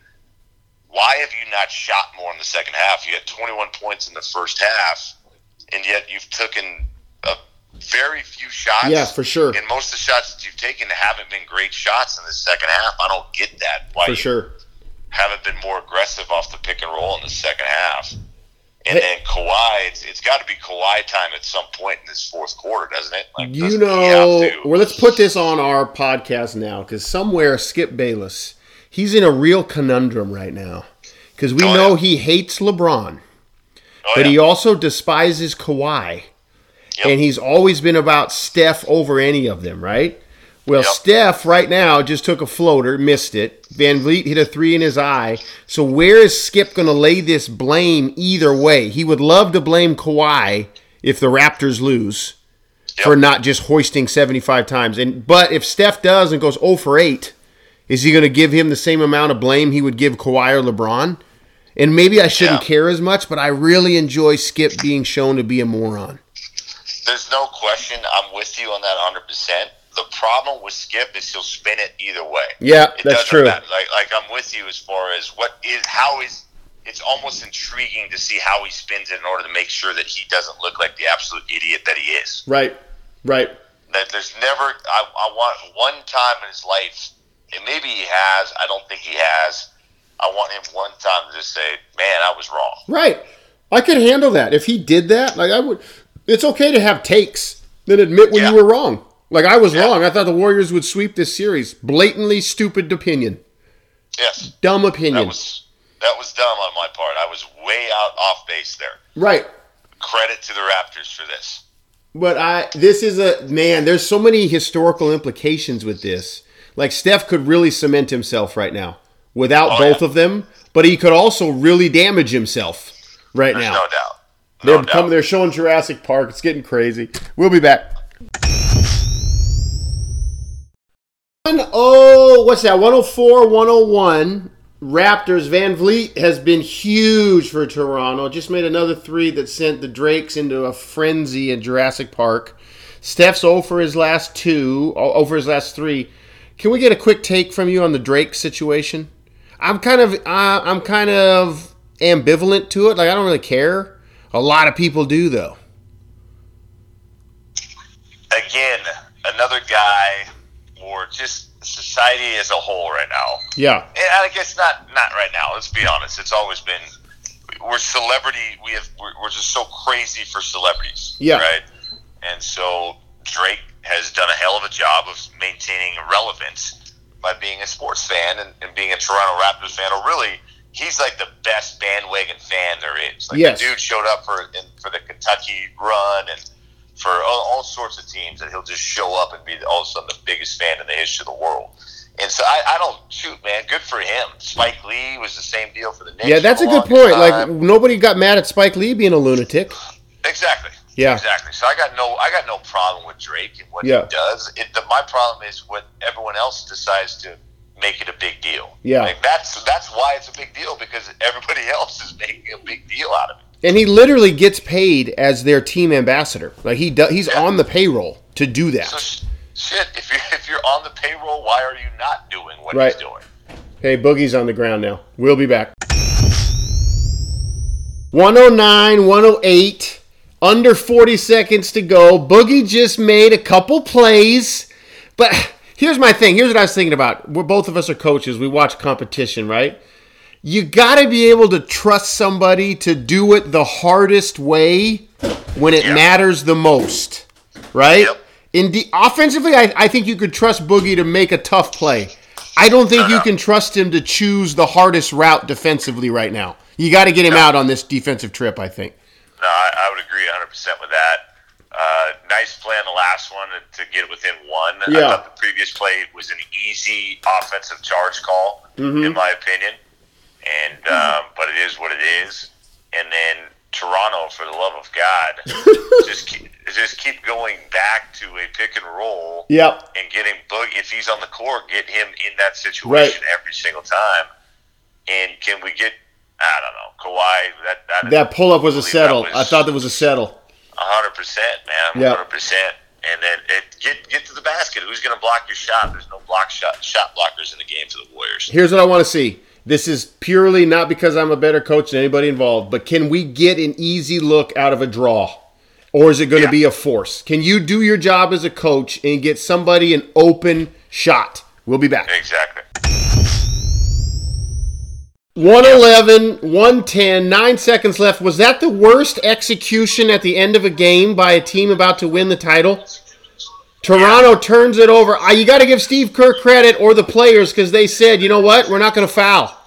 Speaker 3: why have you not shot more in the second half? You had 21 points in the first half, and yet you've taken a very few shots.
Speaker 2: Yeah, for sure.
Speaker 3: And most of the shots that you've taken haven't been great shots in the second half. I don't get that. Why
Speaker 2: For
Speaker 3: you
Speaker 2: sure.
Speaker 3: haven't been more aggressive off the pick and roll in the second half.
Speaker 2: Hey-
Speaker 3: And then Kawhi, it's, it's got to be Kawhi time at some point in this fourth quarter, doesn't it? Like,
Speaker 2: You
Speaker 3: doesn't he
Speaker 2: know,
Speaker 3: have to?
Speaker 2: well, let's put this on our podcast now because somewhere Skip Bayless, he's in a real conundrum right now because we
Speaker 3: Oh,
Speaker 2: know
Speaker 3: yeah.
Speaker 2: he hates LeBron,
Speaker 3: Oh,
Speaker 2: but
Speaker 3: yeah.
Speaker 2: he also despises Kawhi.
Speaker 3: Yep.
Speaker 2: And he's always been about Steph over any of them, right? Well,
Speaker 3: Yep.
Speaker 2: Steph right now just took a floater, missed it. Van Vliet hit a three in his eye. So where is Skip going to lay this blame either way? He would love to blame Kawhi if the Raptors lose
Speaker 3: Yep.
Speaker 2: for not just hoisting 75 times. And but if Steph does and goes 0 for 8, is he going to give him the same amount of blame he would give Kawhi or LeBron? And maybe I shouldn't
Speaker 3: Yeah.
Speaker 2: care as much, but I really enjoy Skip being shown to be a moron.
Speaker 3: There's no question. I'm with you on that 100%. The problem with Skip is he'll spin it either way.
Speaker 2: Yeah, that's
Speaker 3: It doesn't
Speaker 2: true.
Speaker 3: matter. Like, like I'm with you as far as what is how is it's almost intriguing to see how he spins it in order to make sure that he doesn't look like the absolute idiot that he is.
Speaker 2: Right, right.
Speaker 3: that there's never I, I want one time in his life and maybe he has i don't think he has i want him one time to just say man i was wrong
Speaker 2: Right. I could handle that. If he did that, like I would it's okay to have takes then admit when
Speaker 3: Yeah.
Speaker 2: you were wrong. Like I was
Speaker 3: Yeah.
Speaker 2: wrong. I thought the Warriors would sweep this series. Blatantly stupid opinion.
Speaker 3: yes
Speaker 2: Dumb
Speaker 3: that
Speaker 2: opinion.
Speaker 3: was that was dumb on my part i was way out off base there
Speaker 2: right.
Speaker 3: credit to the raptors for this
Speaker 2: But I this is a man, there's so many historical implications with this. Like Steph could really cement himself right now without
Speaker 3: Oh,
Speaker 2: both
Speaker 3: yeah.
Speaker 2: of them, but he could also really damage himself right
Speaker 3: there's
Speaker 2: now.
Speaker 3: no doubt
Speaker 2: They're
Speaker 3: no doubt.
Speaker 2: coming. They're showing Jurassic Park. It's getting crazy. We'll be back. One oh, what's that? 104, 101. Raptors. Van Vliet has been huge for Toronto. Just made another three that sent the Drakes into a frenzy at Jurassic Park. Steph's over his last two, over his last three. Can we get a quick take from you on the Drake situation? I'm kind of uh, I'm kind of ambivalent to it. Like I don't really care. A lot of people do though.
Speaker 3: again another guy or just society as a whole right now
Speaker 2: Yeah.
Speaker 3: And I guess not not right now. Let's be honest. It's always been we're celebrity. We have we're, we're just so crazy for celebrities.
Speaker 2: Yeah.
Speaker 3: Right. And so Drake has done a hell of a job of maintaining relevance by being a sports fan and, and being a Toronto Raptors fan. Or really, he's like the best bandwagon fan there is. Like
Speaker 2: Yes.
Speaker 3: the dude showed up for in, for the Kentucky run and for all, all sorts of teams that he'll just show up and be all of a sudden the biggest fan in the history of the world. And so I, I don't shoot, man. Good for him. Spike Lee was the same deal for the Knicks.
Speaker 2: Yeah, that's
Speaker 3: for
Speaker 2: a
Speaker 3: the
Speaker 2: good
Speaker 3: longest
Speaker 2: point. Like
Speaker 3: time.
Speaker 2: nobody got mad at Spike Lee being a lunatic.
Speaker 3: exactly.
Speaker 2: Yeah.
Speaker 3: exactly. So I got no, I got no problem with Drake and what
Speaker 2: Yeah.
Speaker 3: he does. It, the, my problem is what everyone else decides to make it a big deal.
Speaker 2: Yeah.
Speaker 3: like that's that's why it's a big deal because everybody [laughs] else is making a big deal out of it.
Speaker 2: And he literally gets paid as their team ambassador. Like he do, he's
Speaker 3: Yeah.
Speaker 2: on the payroll to do that.
Speaker 3: So sh- shit, if you if you're on the payroll, why are you not doing what
Speaker 2: Right.
Speaker 3: he's doing?
Speaker 2: Hey, Boogie's on the ground now. We'll be back. 109, 108, under 40 seconds to go. Boogie just made a couple plays. But here's my thing. Here's what I was thinking about. We're both of us are coaches. We watch competition, right? You got to be able to trust somebody to do it the hardest way when it
Speaker 3: Yeah.
Speaker 2: matters the most, right?
Speaker 3: Yep.
Speaker 2: In the offensively, I, I think you could trust Boogie to make a tough play. I don't think you can trust him to choose the hardest route defensively right now. You got to get him out on this defensive trip. I think.
Speaker 3: No, I, I would agree 100 percent with that. Uh, nice play on the last one to, to get within one.
Speaker 2: Yeah.
Speaker 3: I thought the previous play was an easy offensive charge call,
Speaker 2: Mm-hmm.
Speaker 3: in my opinion. And um, but it is what it is. And then Toronto, for the love of
Speaker 2: [laughs]
Speaker 3: God, just keep, just keep going back to a pick and roll
Speaker 2: Yep.
Speaker 3: and getting Boogie if he's on the court, get him in that situation every single time. And can we get I don't know Kawhi that that,
Speaker 2: That pull up was a
Speaker 3: believe that
Speaker 2: settle.
Speaker 3: was-
Speaker 2: I thought that was a settle.
Speaker 3: hundred percent, man.
Speaker 2: Yeah.
Speaker 3: One hundred percent. And then it, get get to the basket. Who's going to block your shot? There's no block shot shot blockers in the game for the Warriors.
Speaker 2: Here's what I want to see. This is purely not because I'm a better coach than anybody involved, but can we get an easy look out of a draw? Or is it going to
Speaker 3: Yeah.
Speaker 2: be a force? Can you do your job as a coach and get somebody an open shot? We'll be back.
Speaker 3: Exactly.
Speaker 2: 111, 110, nine seconds left. Was that the worst execution at the end of a game by a team about to win the title? Toronto turns it over. I, you got to give Steve Kerr credit or the players because they said, you know what? We're not going to foul.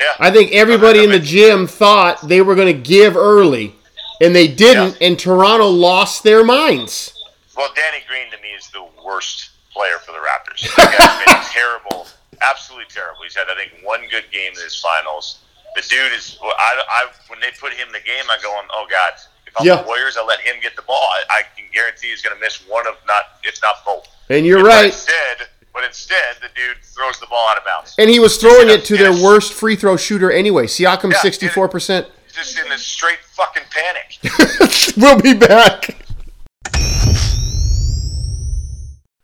Speaker 3: Yeah.
Speaker 2: I think everybody in the gym thought they were going to give early, and they didn't, and Toronto lost their minds.
Speaker 3: Well, Danny Green to me is the worst player for the Raptors. The
Speaker 2: [laughs]
Speaker 3: guy's been terrible, absolutely terrible. He's had I think one good game in his finals. The dude is. well, I, I when they put him in the game, I going, oh god. If I'm
Speaker 2: Yeah.
Speaker 3: the Warriors, I let him get the ball. I, I can guarantee he's going to miss one of not, if not both.
Speaker 2: And you're
Speaker 3: But
Speaker 2: right.
Speaker 3: Instead, but instead, the dude throws the ball out of bounds.
Speaker 2: And he was throwing it to their
Speaker 3: Yes.
Speaker 2: worst free throw shooter anyway. Siakam, [laughs]
Speaker 3: Yeah,
Speaker 2: 64%.
Speaker 3: He's just in this straight fucking
Speaker 2: [laughs]
Speaker 3: panic.
Speaker 2: we'll be back.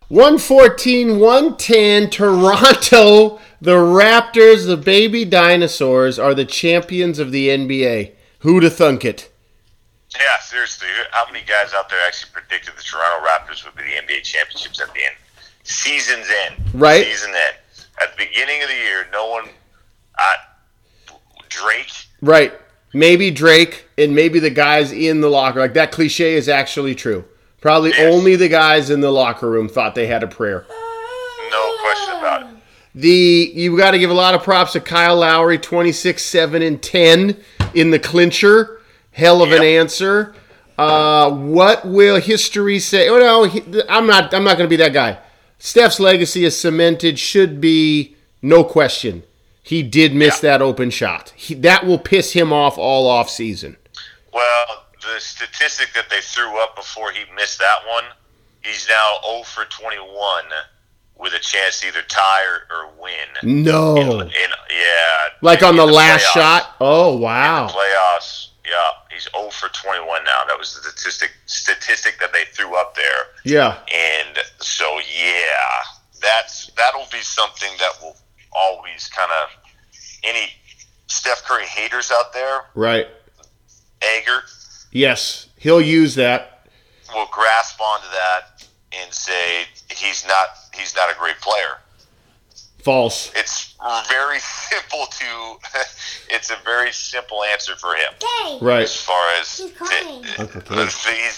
Speaker 2: 114, 110, Toronto. The Raptors, the baby dinosaurs, are the champions of the NBA. Who'da thunk it?
Speaker 3: Yeah, seriously. How many guys out there actually predicted the Toronto Raptors would be the NBA championships at the end? Season's end.
Speaker 2: Right.
Speaker 3: Season end. At the beginning of the year, no one. I, Drake.
Speaker 2: Right. Maybe Drake and maybe the guys in the locker. Like that cliche is actually true. Probably
Speaker 3: Yes.
Speaker 2: only the guys in the locker room thought they had a prayer.
Speaker 3: No question about it.
Speaker 2: The you got to give a lot of props to Kyle Lowry, 26, 7, and 10 in the clincher. Hell of an
Speaker 3: Yep.
Speaker 2: answer. Uh, what will history say? Oh no, he, I'm not. I'm not going to be that guy. Steph's legacy is cemented. Should be no question. He did miss that open shot. He, that will piss him off all off season.
Speaker 3: Well, the statistic that they threw up before he missed that one, he's now 0 for 21 with a chance to either tie or, or win.
Speaker 2: No.
Speaker 3: In- yeah.
Speaker 2: Like on
Speaker 3: in
Speaker 2: the last
Speaker 3: playoffs.
Speaker 2: shot. Oh
Speaker 3: the
Speaker 2: wow.
Speaker 3: playoffs. Yeah, he's 0 for 21 now. That was the statistic statistic that they threw up there,
Speaker 2: Yeah.
Speaker 3: and so yeah, that's that'll be something that will always kind of any Steph Curry haters out there,
Speaker 2: Right.
Speaker 3: Ager
Speaker 2: Yes. He'll use that.
Speaker 3: will grasp onto that and say he's not he's not a great player.
Speaker 2: False.
Speaker 3: It's very [laughs] simple to [laughs] it's a very simple answer for him as
Speaker 2: Right.
Speaker 3: far as
Speaker 6: crying.
Speaker 3: he's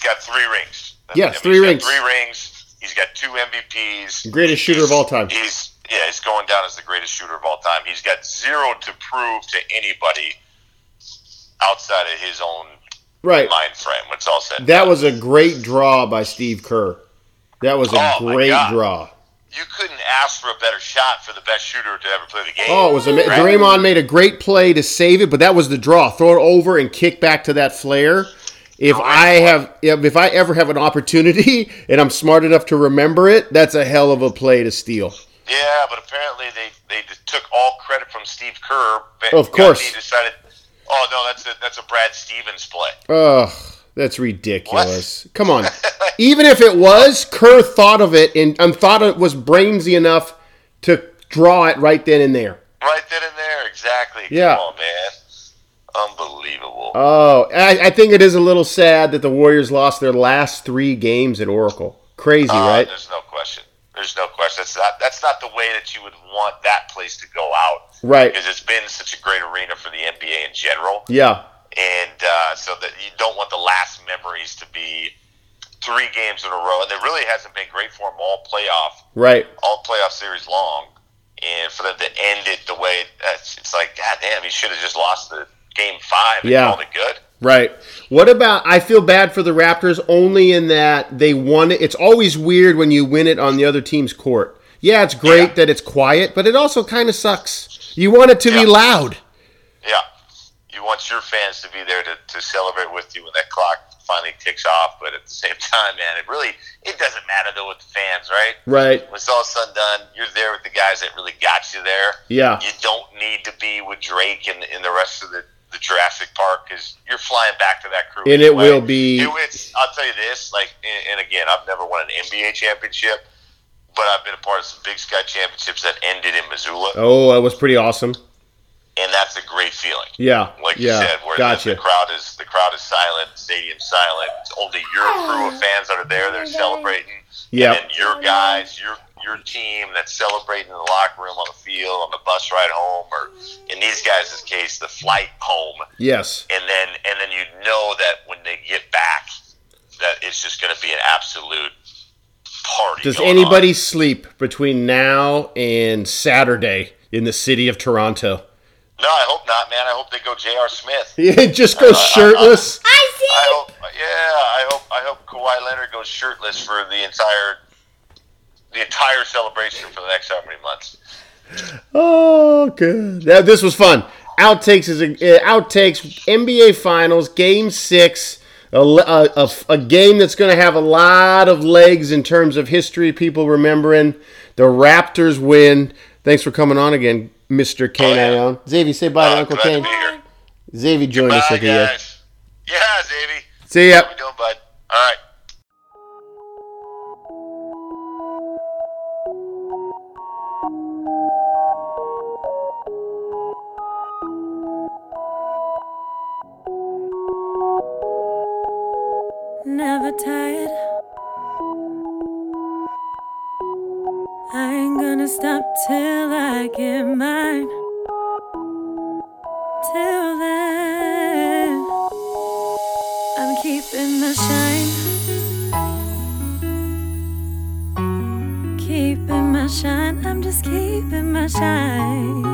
Speaker 3: got three rings.
Speaker 2: Yes,
Speaker 3: mean,
Speaker 2: three
Speaker 3: he's got
Speaker 2: rings.
Speaker 3: Three rings. He's got two MVPs.
Speaker 2: Greatest shooter of all time.
Speaker 3: He's yeah, he's going down as the greatest shooter of all time. He's got zero to prove to anybody outside of his own
Speaker 2: Right.
Speaker 3: mind frame. When it's all said, and
Speaker 2: That
Speaker 3: done.
Speaker 2: was a great draw by Steve Kerr. That was a
Speaker 3: Oh, my
Speaker 2: great
Speaker 3: God.
Speaker 2: draw.
Speaker 3: you couldn't ask for a better shot for the best shooter to ever play the game.
Speaker 2: Oh, it was amazing.
Speaker 3: Right?
Speaker 2: Draymond made a great play to save it, but that was the draw. Throw it over and kick back to that flare.
Speaker 3: Oh,
Speaker 2: If I have, if if I ever have an opportunity [laughs] and I'm smart enough to remember it, that's a hell of a play to steal.
Speaker 3: Yeah, but apparently they they just took all credit from Steve Kerr. but
Speaker 2: Of course.
Speaker 3: he decided. Oh no, that's a that's a Brad Stevens play.
Speaker 2: Ugh, that's ridiculous. Come
Speaker 3: [laughs]
Speaker 2: on. Even if it was, Kerr thought of it and um, thought it was brainsy enough to draw it right then and there.
Speaker 3: Right then and there, exactly.
Speaker 2: Yeah.
Speaker 3: Come on, man. Unbelievable. Uh,
Speaker 2: Oh, I, I think it is a little sad that the Warriors lost their last three games at Oracle. Crazy,
Speaker 3: Uh,
Speaker 2: right?
Speaker 3: There's no question. There's no question. That's not that's not the way that you would want that place to go out
Speaker 2: Right.
Speaker 3: because it's been such a great arena for the NBA in general,
Speaker 2: Yeah.
Speaker 3: and uh, so that you don't want the last memories to be three games in a row. And it really hasn't been great for them all playoff
Speaker 2: Right.
Speaker 3: all playoff series long, and for them to end it the way that's it's like, God damn, you should have just lost the game five and
Speaker 2: Yeah.
Speaker 3: called it good.
Speaker 2: Right. What about? I feel bad for the Raptors only in that they won it. It's always weird when you win it on the other team's court. Yeah, it's great
Speaker 3: Yeah.
Speaker 2: that it's quiet, but it also kind of sucks. You want it to
Speaker 3: Yeah.
Speaker 2: be loud.
Speaker 3: Yeah. You want your fans to be there to, to celebrate with you when that clock finally ticks off, but at the same [laughs] time, man, it really it doesn't matter though with the fans, right?
Speaker 2: Right.
Speaker 3: When it's all said and done, you're there with the guys that really got you there.
Speaker 2: Yeah.
Speaker 3: You don't need to be with Drake and, and the rest of the, the Jurassic Park because you're flying back to that crew.
Speaker 2: And it
Speaker 3: anyway.
Speaker 2: will be-
Speaker 3: It- it's, I'll tell you this, like, and, and again, I've never won an NBA championship, but I've been a part of some Big Sky championships that ended in Missoula,
Speaker 2: Oh, that was pretty awesome.
Speaker 3: and that's a great feeling.
Speaker 2: Yeah.
Speaker 3: Like
Speaker 2: yeah.
Speaker 3: you said, where the-
Speaker 2: gotcha.
Speaker 3: the, crowd is the crowd is silent, the stadium's silent. It's only your crew of fans that are there. They're celebrating.
Speaker 2: Yep.
Speaker 3: And then your guys, your your team that's celebrating in the locker room, on the field, on the bus ride home, or in these guys' case, the flight home.
Speaker 2: yes.
Speaker 3: And then and then you know that when they get back, that it's just going to be an absolute party.
Speaker 2: Does
Speaker 3: going on.
Speaker 2: anybody sleep between now and Saturday in the city of Toronto? [laughs]
Speaker 3: No, I hope not, man. I hope they go J.R. Smith.
Speaker 2: Just
Speaker 3: [laughs]
Speaker 2: go shirtless.
Speaker 4: I see.
Speaker 3: I hope, yeah, I hope, I hope Kawhi Leonard goes shirtless for the entire, the entire celebration for the next how many months?
Speaker 2: Oh, good. That, this was fun. Outtakes is a, uh, outtakes NBA Finals Game Six. A, le- a, a f- a game that's going to have a lot of legs in terms of history, people remembering. The Raptors win. Thanks for coming on again, Mr. Kane. oh Xavier, say bye to
Speaker 3: Oh, Uh,
Speaker 2: Uncle
Speaker 3: glad to
Speaker 2: Kane.
Speaker 3: be here.
Speaker 2: Xavier, join us
Speaker 3: Bye,
Speaker 2: at the uh, end.
Speaker 3: guys. Yeah, Xavier.
Speaker 2: See ya.
Speaker 3: How we doing, bud? All right.
Speaker 1: never tired. I ain't gonna stop till I get mine. Till then, I'm keeping the shine. Keeping my shine, I'm just keeping my shine.